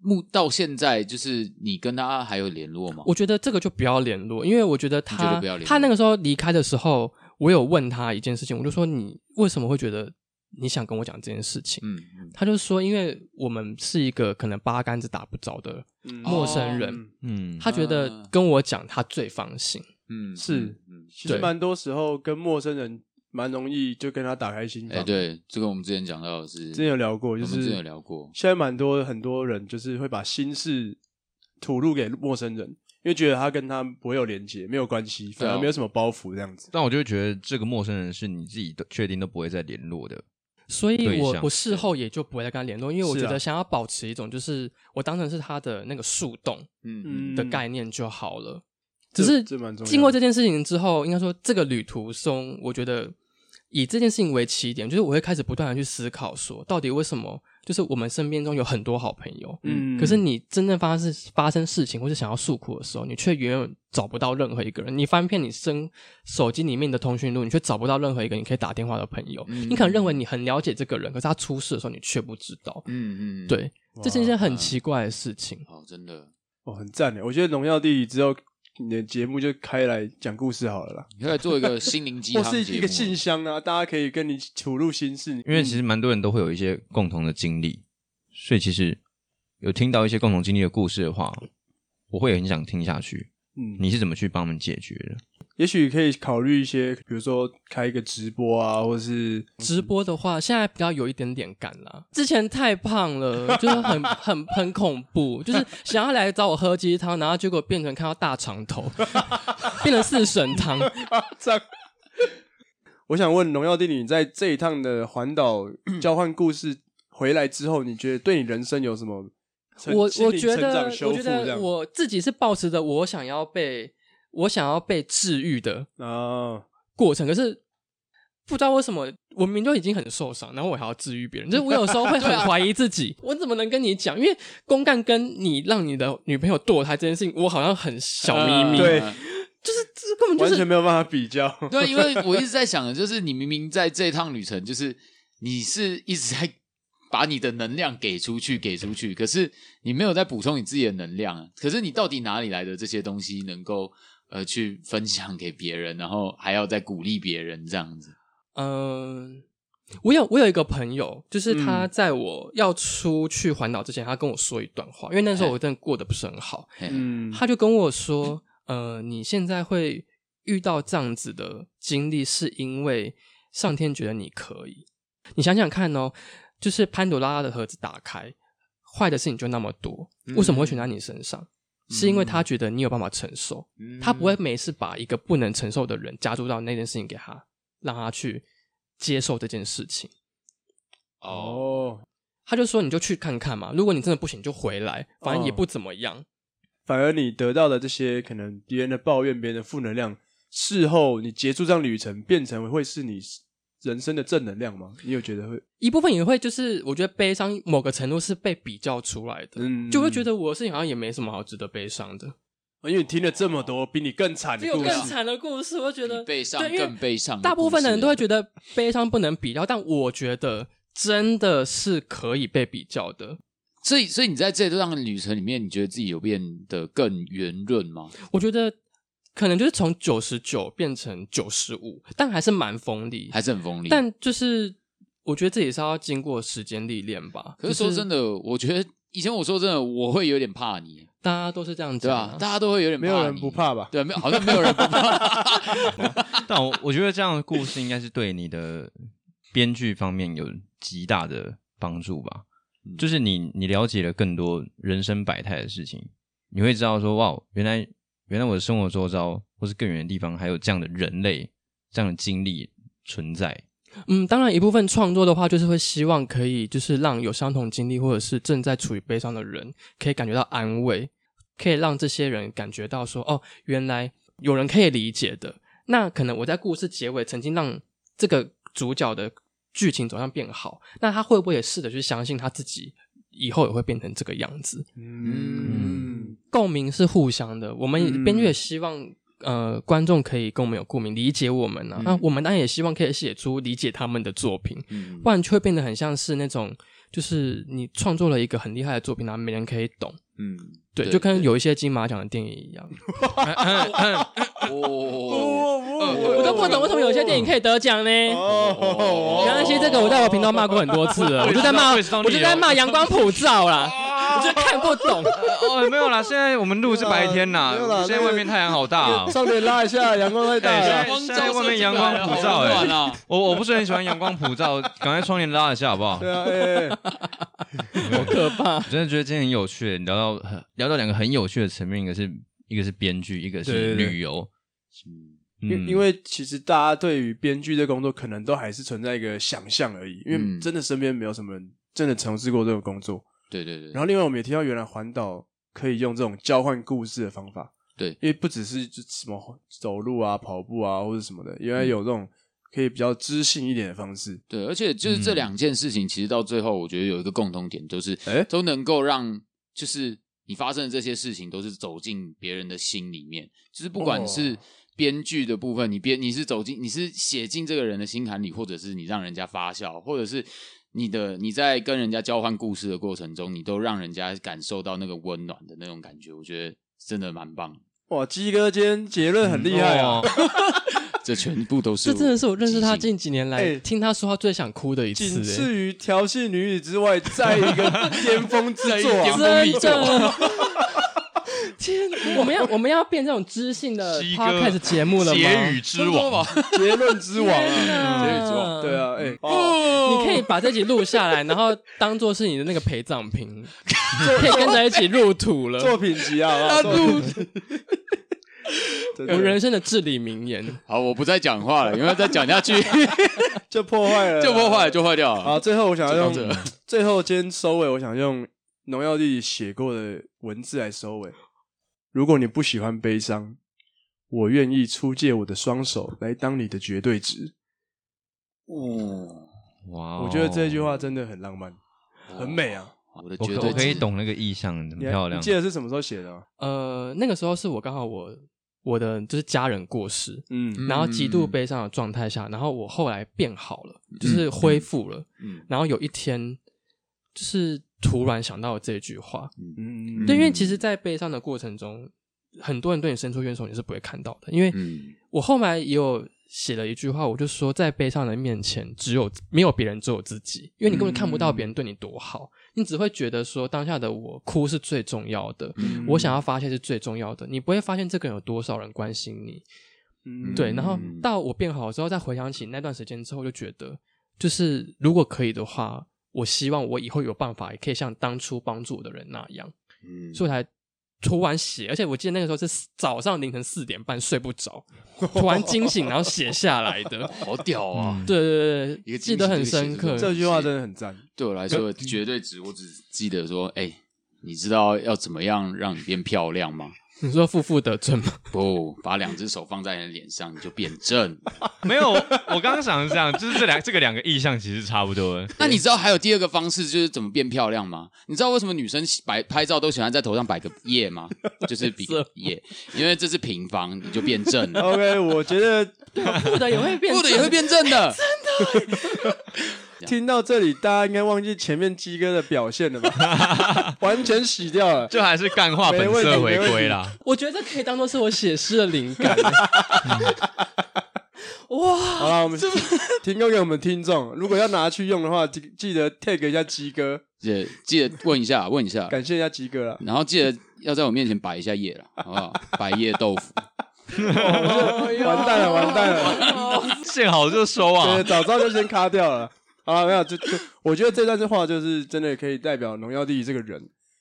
Speaker 3: 目到现在就是你跟他还有联络吗？
Speaker 5: 我觉得这个就不要联络，因为我觉得
Speaker 3: 你觉得
Speaker 5: 他
Speaker 3: 不要联络
Speaker 5: 他那个时候离开的时候，我有问他一件事情，我就说你为什么会觉得你想跟我讲这件事情？
Speaker 3: 嗯嗯，
Speaker 5: 他就说，因为我们是一个可能八竿子打不着的
Speaker 2: 嗯
Speaker 3: 哦
Speaker 5: 陌生人，
Speaker 2: 嗯
Speaker 4: 嗯，
Speaker 5: 他觉得
Speaker 3: 啊
Speaker 5: 跟我讲他最放心。
Speaker 3: 嗯，
Speaker 2: 是
Speaker 3: 嗯，嗯
Speaker 2: 其实
Speaker 5: 对
Speaker 2: 蛮多时候跟陌生人蛮容易就跟他打开心
Speaker 3: 哎，
Speaker 2: 房。，
Speaker 3: 对，这个我们之前讲到的是，
Speaker 2: 之前有聊过，就
Speaker 3: 我们之
Speaker 2: 是
Speaker 3: 前有聊过
Speaker 2: 现在蛮多很多人就是会把心事吐露给陌生人，因为觉得他跟他不会有连接，没有关系，反而没有什么包袱这样子。
Speaker 4: 但我就会觉得这个陌生人是你自己都确定都不会再联络的。
Speaker 5: 所以
Speaker 4: 对
Speaker 5: 我
Speaker 4: 象
Speaker 5: 我事后也就不会再跟他联络，因为我
Speaker 2: 是啊
Speaker 5: 觉得想要保持一种就是我当成是他的那个树洞
Speaker 3: 嗯嗯，
Speaker 5: 的概念就好了。
Speaker 2: 这
Speaker 5: 只是
Speaker 2: 这蛮重要的
Speaker 5: 经过这件事情之后，应该说这个旅途中，我觉得以这件事情为起点，就是我会开始不断的去思考说，到底为什么就是我们身边中有很多好朋友，
Speaker 2: 嗯
Speaker 5: 可是你真正发生发生事情或是想要诉苦的时候，你却远远找不到任何一个人。你翻遍你身手机里面的通讯录，你却找不到任何一个你可以打电话的朋友。
Speaker 3: 嗯
Speaker 5: 你可能认为你很了解这个人，可是他出事的时候你却不知道。
Speaker 3: 嗯嗯，嗯，
Speaker 5: 对，这是一件很
Speaker 3: 哇
Speaker 5: 奇怪的事情。
Speaker 3: 哦，真的，
Speaker 2: 哦，很赞的。我觉得《荣耀地理》之后，你的节目就开来讲故事好了啦，
Speaker 3: 你可以来做一个心灵鸡
Speaker 2: 或
Speaker 3: 汤
Speaker 2: 是一
Speaker 3: 节目
Speaker 2: 个信箱啊，大家可以跟你吐露心事。
Speaker 4: 因为其实蛮多人都会有一些共同的经历，所以其实有听到一些共同经历的故事的话，我会很想听下去。
Speaker 2: 嗯，
Speaker 4: 你是怎么去帮他们解决的？
Speaker 2: 也许可以考虑一些，比如说开一个直播啊，或是
Speaker 5: 直播的话，现在比较有一点点赶啦。之前太胖了， 就是很很很恐怖，就是想要来找我喝鸡汤，然后结果变成看到大肠头， 变成四神汤。
Speaker 2: 这样。我想问荣耀弟弟，你在这一趟的环 岛交换故事回来之后，你觉得对你人生有什么成？
Speaker 5: 我
Speaker 2: 心
Speaker 5: 我
Speaker 2: 灵
Speaker 5: 觉
Speaker 2: 成
Speaker 5: 得
Speaker 2: 长，修
Speaker 5: 我
Speaker 2: 复
Speaker 5: 觉
Speaker 2: 这
Speaker 5: 得
Speaker 2: 样
Speaker 5: 我自己是抱持着我想要被我想要被治愈的
Speaker 2: 啊，
Speaker 5: 过程，可是。不知道为什么，我明明就已经很受伤，然后我还要治愈别人，就是我有时候 会
Speaker 2: 啊
Speaker 5: 很怀疑自己，我怎么能跟你讲？因为公干跟你让你的女朋友堕胎这件事情，我好像很小
Speaker 2: 呃
Speaker 5: 咪咪，
Speaker 3: 嗯
Speaker 2: 对
Speaker 5: 就是这根 本就
Speaker 2: 完
Speaker 5: 是
Speaker 2: 全没有办法比较。
Speaker 3: 对，因为我一直在想的就是，你明明在这一趟旅程，就是你是一直在把你的能量给出去，给出去，可是你没有在补充你自己的能量啊。可是你到底哪里来的这些东西能够呃去分享给别人，然后还要再鼓励别人这样子？
Speaker 5: 嗯，我有我有一个朋友，就是他在我要出去环岛之前，他跟我说一段话，因为那时候
Speaker 3: 嘿
Speaker 5: 我真的过得不是很好，
Speaker 3: 嗯
Speaker 2: 嗯，
Speaker 5: 他就跟我说，呃，你现在会遇到这样子的经历，是因为上天觉得你可以。你想想看哦，就是潘多拉的盒子打开，坏的事情就那么多，为什么会选在你身上？是因为他觉得你有办法承受，
Speaker 2: 嗯
Speaker 5: 他不会
Speaker 3: 嗯
Speaker 5: 每次把一个不能承受的人加注到那件事情给他，让他去接受这件事情。
Speaker 3: 哦，
Speaker 2: 哦，
Speaker 5: 他就说你就去看看嘛，如果你真的不行就回来，反正也
Speaker 2: 哦
Speaker 5: 不怎么
Speaker 3: 嗯
Speaker 5: 样。
Speaker 2: 反而你得到的这些可能别人的抱怨、别人的负能量，事后你结束这样旅程，变成会是你人生的正能量吗？你有觉得会？
Speaker 5: 一部分也会就是我觉得悲伤某个程度是被比较出来的，
Speaker 2: 嗯
Speaker 5: 就会觉得我的事情好像也没什么好值得悲伤的。
Speaker 2: 因为你听了这么多比你更惨的
Speaker 5: 只有
Speaker 2: 故
Speaker 5: 更
Speaker 2: 事，
Speaker 5: 惨的故事，我觉得
Speaker 3: 啊比悲伤
Speaker 5: 对因为
Speaker 3: 更悲伤的
Speaker 5: 大部分的人
Speaker 3: 故事啊
Speaker 5: 都会觉得悲伤不能比较，但我觉得真的是可以被比较的。
Speaker 3: 所以所以你在这趟旅程里面，你觉得自己有变得更圆润吗？
Speaker 5: 我觉得可能就是从九十九变成九十五，但还是蛮锋利，
Speaker 3: 还是很锋利？
Speaker 5: 但就是我觉得这也是要经过时间历练吧。
Speaker 3: 可是说真
Speaker 5: 的，
Speaker 3: 的，我觉得以前我说真的，我会有点怕你，
Speaker 5: 大家都是这样
Speaker 3: 对啊
Speaker 5: 讲、啊
Speaker 3: 吧？大家都会有点怕
Speaker 2: 没
Speaker 3: 你
Speaker 2: 有人不，怕吧？
Speaker 3: 对，没有好像没有人不怕。
Speaker 4: 但我我觉得这样的故事应该是对你的编剧方面有极大的帮助吧。就是你你了解了更多人生百态的事情，你会知道说哇，原来原来我的生活周遭或是更远的地方还有这样的人类这样的经历存 在。
Speaker 5: 嗯，当然一部分创作的话，就是会希望可以就是让有相同经历或者是正在处于悲伤的人，可以感觉到安慰，可以让这些人感觉到说，哦，原来有人可以理解的。那可能我在故事结尾曾经让这个主角的剧情走向变好，那他会不会也试着去相信他自己以后也会变成这个样子？
Speaker 2: 嗯，
Speaker 5: 共鸣是互相的，我们也
Speaker 2: 嗯
Speaker 5: 编剧也希望、呃观众可以跟我们有共鸣，理解我们呢、啊。那、我们当然也希望可以写出理解他们的作品，
Speaker 3: 嗯
Speaker 5: 不然就会变得很像是那种，就是你创作了一个很厉害的作品，然后没人可以懂。
Speaker 3: 嗯，
Speaker 5: 对，
Speaker 3: 对
Speaker 5: 就跟有一些金马奖的电影一样，
Speaker 3: 哦，
Speaker 5: 我都不懂为什么有些电影可以得奖呢？
Speaker 2: 哦，
Speaker 5: 没关系，这个我在我频道骂过很多次了，我就在骂，
Speaker 4: 我也知道
Speaker 5: 我就在骂阳光普照啦，我就看不懂。
Speaker 4: 哦，没有啦，现在我们录是白天啦
Speaker 2: 没有啦，
Speaker 4: 现在外面太阳好大 啊。
Speaker 2: 上面拉一下，阳光太大
Speaker 4: 哎
Speaker 2: 了
Speaker 4: 现。在现在外面阳光普照哎
Speaker 3: 好暖啊
Speaker 4: 我我不是很喜欢阳光普照，赶快窗帘拉一下好不好？
Speaker 2: 对啊，哎哎，哎
Speaker 4: 好可怕！ 我真的觉得今天很有趣，聊到很聊到两个很有趣的层面，一个是一个是编剧，一个
Speaker 2: 对
Speaker 4: 是
Speaker 2: 对对
Speaker 4: 旅游。嗯
Speaker 2: 因因为其实大家对于编剧这工作，可能都还是存在一个想象而已，因为
Speaker 3: 嗯
Speaker 2: 真的身边没有什么人真的从事过这种工作。
Speaker 3: 对对对，
Speaker 2: 然后另外我们也提到，原来环岛可以用这种交换故事的方法，
Speaker 3: 对
Speaker 2: 因为不只是就什么走路啊、跑步啊或者什么的，原来有这种可以比较知性一点的方式。
Speaker 3: 对，而且就是
Speaker 4: 嗯
Speaker 3: 这两件事情，其实到最后，我觉得有一个共同点，就是
Speaker 2: 哎
Speaker 3: 都能够让，就是你发生的这些事情，都是走进别人的心里面。就是不管
Speaker 5: 哦
Speaker 3: 是编剧的部分，你编你是走进，你是写进这个人的心坎里，或者是你让人家发笑，或者是你的你在跟人家交换故事的过程中，你都让人家感受到那个温暖的那种感觉，我觉得真的蛮 棒的。
Speaker 2: 哇，鸡哥今天结论很厉害啊！
Speaker 4: 哦！
Speaker 3: 这全部都是
Speaker 5: 这真的是我认识他
Speaker 3: 即兴
Speaker 5: 近几年
Speaker 2: 哎
Speaker 5: 来听他说话最想哭的一
Speaker 3: 欸
Speaker 2: 仅
Speaker 5: 次、哎
Speaker 2: 次于调戏女子之外，再一 个巅峰之作
Speaker 3: 巅
Speaker 2: 啊！
Speaker 3: 峰之作
Speaker 5: 真的。天，我们要我们要变这种知性的
Speaker 4: 西哥
Speaker 5: podcast 节 目了吗？
Speaker 4: 结哦语之王，
Speaker 2: 结论之王啊，
Speaker 5: 天
Speaker 2: 结
Speaker 5: 哪
Speaker 2: 论之王，对啊，
Speaker 3: 嗯
Speaker 2: 哎，哦
Speaker 5: 你可以把这集录下来，然后当做是你的那个陪葬 品，可以跟着一起入土了。
Speaker 2: 作品集啊，啊作品集 真的
Speaker 5: 我人生的至理名言，
Speaker 3: 好，我不再讲话了，因为再讲 下去
Speaker 2: 就破坏了，
Speaker 3: 就破坏了就坏掉了。
Speaker 2: 好，最后我想要
Speaker 3: 就到
Speaker 2: 用
Speaker 3: 这，
Speaker 2: 最后今天收尾，我想用农药弟写过的文字来收尾。如果你不喜欢悲伤，我愿意出借我的双手来当你的绝对值。
Speaker 3: 嗯
Speaker 4: 哇哦！
Speaker 2: 我觉得这句话真的很浪漫，
Speaker 3: 哦
Speaker 2: 很美啊！
Speaker 3: 我的
Speaker 4: 我
Speaker 3: 绝
Speaker 4: 可
Speaker 3: 对
Speaker 4: 我可以
Speaker 3: 值
Speaker 4: 懂那个意象，很
Speaker 2: 你还
Speaker 4: 漂亮
Speaker 2: 你。记得是什么时候写的吗？哦
Speaker 5: 呃，那个时候是我刚好我我的就是家人过世，
Speaker 2: 嗯，
Speaker 5: 然后极度悲伤的状态下，然后我后来变好了，
Speaker 2: 嗯
Speaker 5: 就是恢复了，
Speaker 3: 嗯
Speaker 5: 然后有一天就是突然想到这句话，
Speaker 2: 嗯，
Speaker 5: 对，因为
Speaker 3: 嗯
Speaker 5: 其实，在悲伤的过程中，很多人对你伸出援手，你是不会看到的。因为
Speaker 3: 嗯
Speaker 5: 我后来也有写了一句话，我就说，在悲伤的面前，只有没有别人，只有自己，因为你根本看不到
Speaker 3: 嗯
Speaker 5: 别人对你多好，你只会觉得说，当下的我哭是最重要的，
Speaker 3: 嗯
Speaker 5: 我想要发泄是最重要的，你不会发现这个人有多少人关心你。
Speaker 2: 嗯
Speaker 5: 对，然后
Speaker 3: 嗯
Speaker 5: 到我变好之后，再回想起那段时间之后，就觉得，就是如果可以的话，我希望我以后有办法，也可以像当初帮助我的人那样。
Speaker 3: 嗯
Speaker 5: 所以我才突然写，而且我记得那个时候是早上凌晨四点半睡不着，突然惊醒然后写下来 的。
Speaker 3: 好屌啊！
Speaker 5: 对对对
Speaker 3: 一
Speaker 5: 对，
Speaker 3: 个惊
Speaker 5: 记
Speaker 3: 醒
Speaker 5: 得很深刻。
Speaker 2: 这句话真的很赞。
Speaker 3: 对我来说绝对值，我只记得说，哎，你知道要怎么样让你变漂亮吗？
Speaker 5: 你说负负得正吗？
Speaker 3: 不，把两只手放在你的脸上，你就变正。
Speaker 4: 没有，我刚刚想是这样，就是这两这个两个意象其实差不 多的。
Speaker 3: 那你知道还有第二个方式就是怎么变漂亮吗？你知道为什么女生喜摆拍照都喜欢在头上摆个叶吗？就是比个叶，因为这是平方，你就变正了。
Speaker 2: OK，我觉得
Speaker 5: 负的也会变
Speaker 3: 不的也会变正的，
Speaker 2: 听到这里，大家应该忘记前面鸡哥的表现了吧？ 完全洗掉了。
Speaker 4: 就还是干话本色回归啦。
Speaker 5: 我觉得这可以当做是我写诗的灵感。哇，
Speaker 2: 好了，我们提供给我们听众，如果要拿去用的话，记记得 tag 一下鸡哥，
Speaker 3: 记得记得问一下，问一下，
Speaker 2: 感谢一下鸡哥啦。
Speaker 3: 然后记得要在我面前摆一下叶了，好不好？摆叶豆腐。
Speaker 5: 哎
Speaker 2: 完蛋了，完蛋了！
Speaker 4: 见好就收啊
Speaker 2: 对，！早知道就先卡掉了。好了，没有，就就我觉得这段话就是真的可以代表农药弟这个人，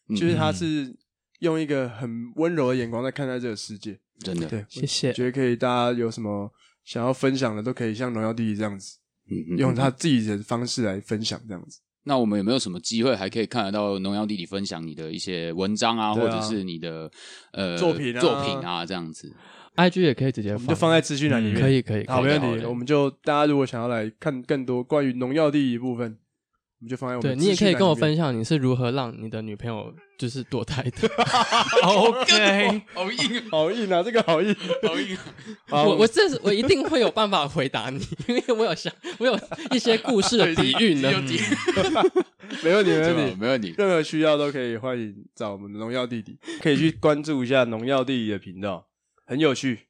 Speaker 5: 嗯
Speaker 2: 就是他是用一个很温柔的眼光在看待这个世界。
Speaker 3: 真的，
Speaker 2: 对，
Speaker 5: 谢谢。
Speaker 2: 觉得可以，大家有什么想要分享的，都可以像农药弟这样子，
Speaker 3: 嗯
Speaker 2: 用他自己的方式来分享，这样子。
Speaker 3: 那我们有没有什么机会还可以看得到农药弟弟分享你的一些文章啊，
Speaker 2: 对
Speaker 3: 或
Speaker 2: 啊
Speaker 3: 者是你的呃
Speaker 2: 作品啊
Speaker 3: 作品啊这样子？
Speaker 5: IG 也可以直接
Speaker 2: 我们就放在资讯栏里面。
Speaker 5: 嗯可以可以，
Speaker 2: 好，
Speaker 5: 可以
Speaker 3: 的
Speaker 2: 没问
Speaker 3: 好
Speaker 2: 题。
Speaker 3: 的
Speaker 2: 我们就大家如果想要来看更多关于农药地的部分，我们就放在我们
Speaker 5: 对
Speaker 2: 的
Speaker 5: 你也
Speaker 2: 资
Speaker 5: 可
Speaker 2: 讯
Speaker 5: 以
Speaker 2: 栏
Speaker 5: 跟我
Speaker 2: 里面
Speaker 5: 分享你是如何让你的女朋友就是堕胎的。
Speaker 4: OK，
Speaker 3: 好硬啊，
Speaker 2: 好硬啊，这个好硬。
Speaker 3: 好 硬啊！
Speaker 2: 好
Speaker 5: 我我这是我一定会有办法回答你， 因为我有想我有一些故事 的底蕴呢。
Speaker 3: 有底蕴
Speaker 2: 没问题， 没
Speaker 3: 嗯对
Speaker 2: 问
Speaker 3: 吧
Speaker 2: 题。
Speaker 3: 没问题。
Speaker 2: 任何需要都可以欢迎找我们的农药弟弟，可以去关注一下农药弟弟的频道，很有趣。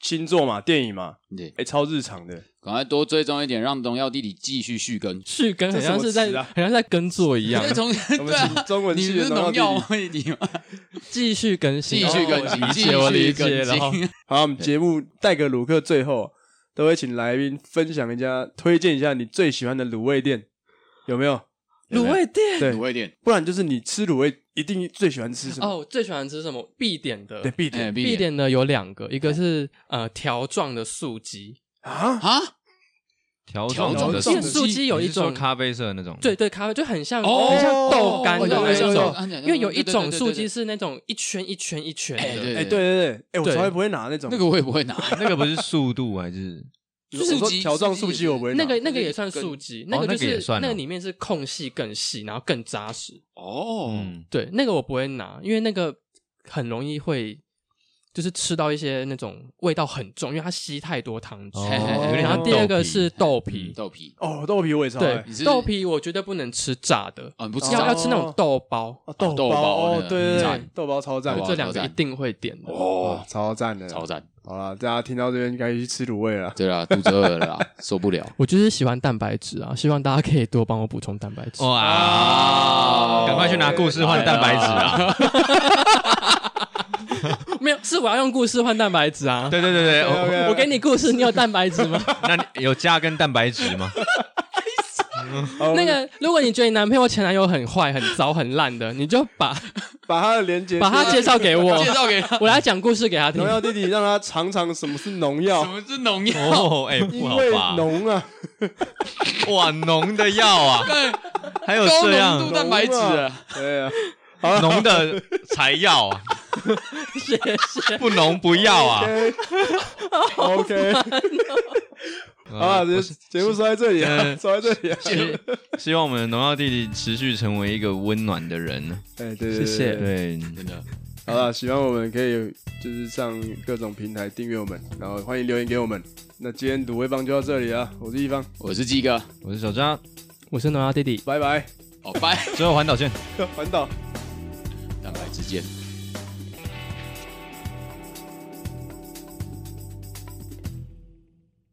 Speaker 2: 星座嘛，电影嘛，
Speaker 3: 对，
Speaker 2: 哎、超日常的。
Speaker 3: 赶快多追踪一点，让荣耀弟弟继续续更。
Speaker 5: 续根好像是在
Speaker 2: 这什么词啊
Speaker 5: 好像在耕作一样
Speaker 3: 因为，从
Speaker 2: 我
Speaker 3: 对
Speaker 2: 们
Speaker 3: 啊
Speaker 2: 请，中文
Speaker 3: 你
Speaker 2: 系
Speaker 3: 是
Speaker 2: 的
Speaker 3: 农
Speaker 2: 农
Speaker 3: 药
Speaker 2: 药弟弟。
Speaker 3: 弟弟吗？
Speaker 5: 继续更新，
Speaker 3: 继续更新
Speaker 5: 哦我理
Speaker 3: 继续
Speaker 5: 解，我理
Speaker 3: 更
Speaker 5: 解，
Speaker 3: 新
Speaker 5: 然后
Speaker 2: 好，我们节目带个鲁克，最后都会请来宾分享一家，推荐一下你最喜欢的卤味店，有没有？
Speaker 5: 卤味店
Speaker 2: 对
Speaker 3: 卤，味店，
Speaker 2: 不然就是你吃卤味一定最喜欢吃什么？
Speaker 5: 哦，我最喜欢吃什么必点的
Speaker 2: 对，必
Speaker 3: 哎，
Speaker 2: 点
Speaker 5: 必
Speaker 3: 必点
Speaker 5: 点的有两个，一个是呃条状的素鸡，
Speaker 2: 啊，
Speaker 3: 啊！
Speaker 4: 调
Speaker 3: 调
Speaker 4: 整
Speaker 3: 整
Speaker 4: 的
Speaker 3: 的
Speaker 4: 素
Speaker 5: 因为
Speaker 3: 素
Speaker 5: 素鸡有
Speaker 4: 你
Speaker 5: 一
Speaker 4: 是说
Speaker 5: 种
Speaker 4: 咖啡色的那种，
Speaker 5: 对，对咖啡就很像
Speaker 3: 哦
Speaker 5: 很像豆干的
Speaker 2: 我
Speaker 5: 那
Speaker 2: 知道
Speaker 5: 一
Speaker 2: 我知道
Speaker 5: 种，因为有一种素鸡
Speaker 3: 是
Speaker 5: 是那种一圈一圈一圈
Speaker 3: 哎
Speaker 5: 的，
Speaker 2: 哎、
Speaker 3: 对
Speaker 2: 对对对，哎、我
Speaker 5: 对
Speaker 2: 从来不会拿那种
Speaker 3: 那个，我也不会拿，
Speaker 4: 那个不是速度还是
Speaker 2: 我
Speaker 3: 素
Speaker 2: 说
Speaker 3: 鸡
Speaker 2: 条状
Speaker 3: 素
Speaker 2: 素
Speaker 3: 鸡
Speaker 2: 鸡，
Speaker 3: 也
Speaker 2: 我不会拿
Speaker 5: 那个那个也算素鸡，
Speaker 4: 那个
Speaker 5: 个就
Speaker 4: 也
Speaker 5: 是
Speaker 4: 算哦
Speaker 5: 那个里面是空隙更细，然后更扎实。
Speaker 3: 哦，
Speaker 4: 嗯
Speaker 5: 对，那个我不会拿，因为那个很容易会就是吃到一些那种味道很重，因为它吸太多汤汁。
Speaker 4: 哦
Speaker 3: 有
Speaker 5: 然
Speaker 3: 点
Speaker 4: 像
Speaker 5: 后第二
Speaker 4: 豆
Speaker 5: 个
Speaker 4: 皮嗯
Speaker 5: 是豆皮，
Speaker 3: 嗯豆皮
Speaker 2: 哦，豆皮我也超爱
Speaker 5: 对
Speaker 3: 你是，
Speaker 5: 豆皮我绝对不能吃炸的，
Speaker 3: 哦，你不知
Speaker 5: 要
Speaker 3: 道
Speaker 5: 要吃那种豆包，
Speaker 2: 哦豆
Speaker 3: 豆
Speaker 2: 包
Speaker 3: 包
Speaker 2: 哦
Speaker 3: 那，个
Speaker 2: 对对对
Speaker 3: 赞，
Speaker 2: 豆包超赞
Speaker 3: 豆，
Speaker 4: 哦
Speaker 3: 包
Speaker 5: 这两个
Speaker 3: 超
Speaker 5: 一
Speaker 3: 赞
Speaker 5: 定会点的。
Speaker 2: 哦
Speaker 3: 哦，，
Speaker 2: 超赞的，
Speaker 3: 超赞！
Speaker 2: 好了，大家听到这边该去吃卤味了。
Speaker 3: 对啦，肚子饿了啦，受 不了。
Speaker 5: 我就是喜欢蛋白质啊，希望大家可以多帮我补充蛋白质。
Speaker 4: 哦哇，
Speaker 2: 哦
Speaker 4: 啊赶快去拿故事换蛋白质 啊！
Speaker 5: 没有，是我要用故事换蛋白质啊。
Speaker 4: 对对对对，我
Speaker 2: OK，OK
Speaker 5: 我给你故事，你有蛋白质吗？
Speaker 4: 那你有加跟蛋白质 吗？哦
Speaker 2: 好
Speaker 5: 那个，如果你觉得你男朋友、前男友很坏、很糟、很烂的，你就把
Speaker 2: 把他的连接
Speaker 5: 把他介绍给我，
Speaker 3: 介绍给他，
Speaker 5: 我来讲故事给他听
Speaker 2: 农。药弟弟，让他尝尝什么是农
Speaker 3: 什
Speaker 2: 药，
Speaker 3: 么是农药？
Speaker 4: 哦，哎，
Speaker 2: 因
Speaker 4: 不好
Speaker 2: 为
Speaker 4: 吧？
Speaker 2: 农啊，
Speaker 4: 哇，浓的药 啊，还 有
Speaker 3: 高
Speaker 4: 这
Speaker 3: 浓
Speaker 4: 样
Speaker 3: 度蛋白质啊，
Speaker 2: 对啊，
Speaker 4: 浓的才药 啊，
Speaker 5: 谢谢。
Speaker 4: 不浓不要 啊！
Speaker 2: OK，好了，
Speaker 4: 呃
Speaker 2: 节节目说在这里啊，
Speaker 4: 呃
Speaker 5: 嗯
Speaker 2: 说在这里啊，
Speaker 4: 希希望我们的农药弟弟持续成为一个温暖的人。
Speaker 2: 哎，对对
Speaker 5: 谢
Speaker 2: 对
Speaker 5: 谢
Speaker 2: 对
Speaker 4: 对，
Speaker 3: 真的。
Speaker 2: 好了，喜欢我们可以就是上各种平台订阅我们，然后欢迎留言给我们。那今天卤味帮就到这里啊，我是一方，
Speaker 3: 我是鸡哥，
Speaker 4: 我是小张，
Speaker 5: 我是农药弟弟。
Speaker 2: 拜拜，
Speaker 3: 哦，拜，
Speaker 4: 最后环岛见。
Speaker 2: 环岛。
Speaker 3: 蛋白质见。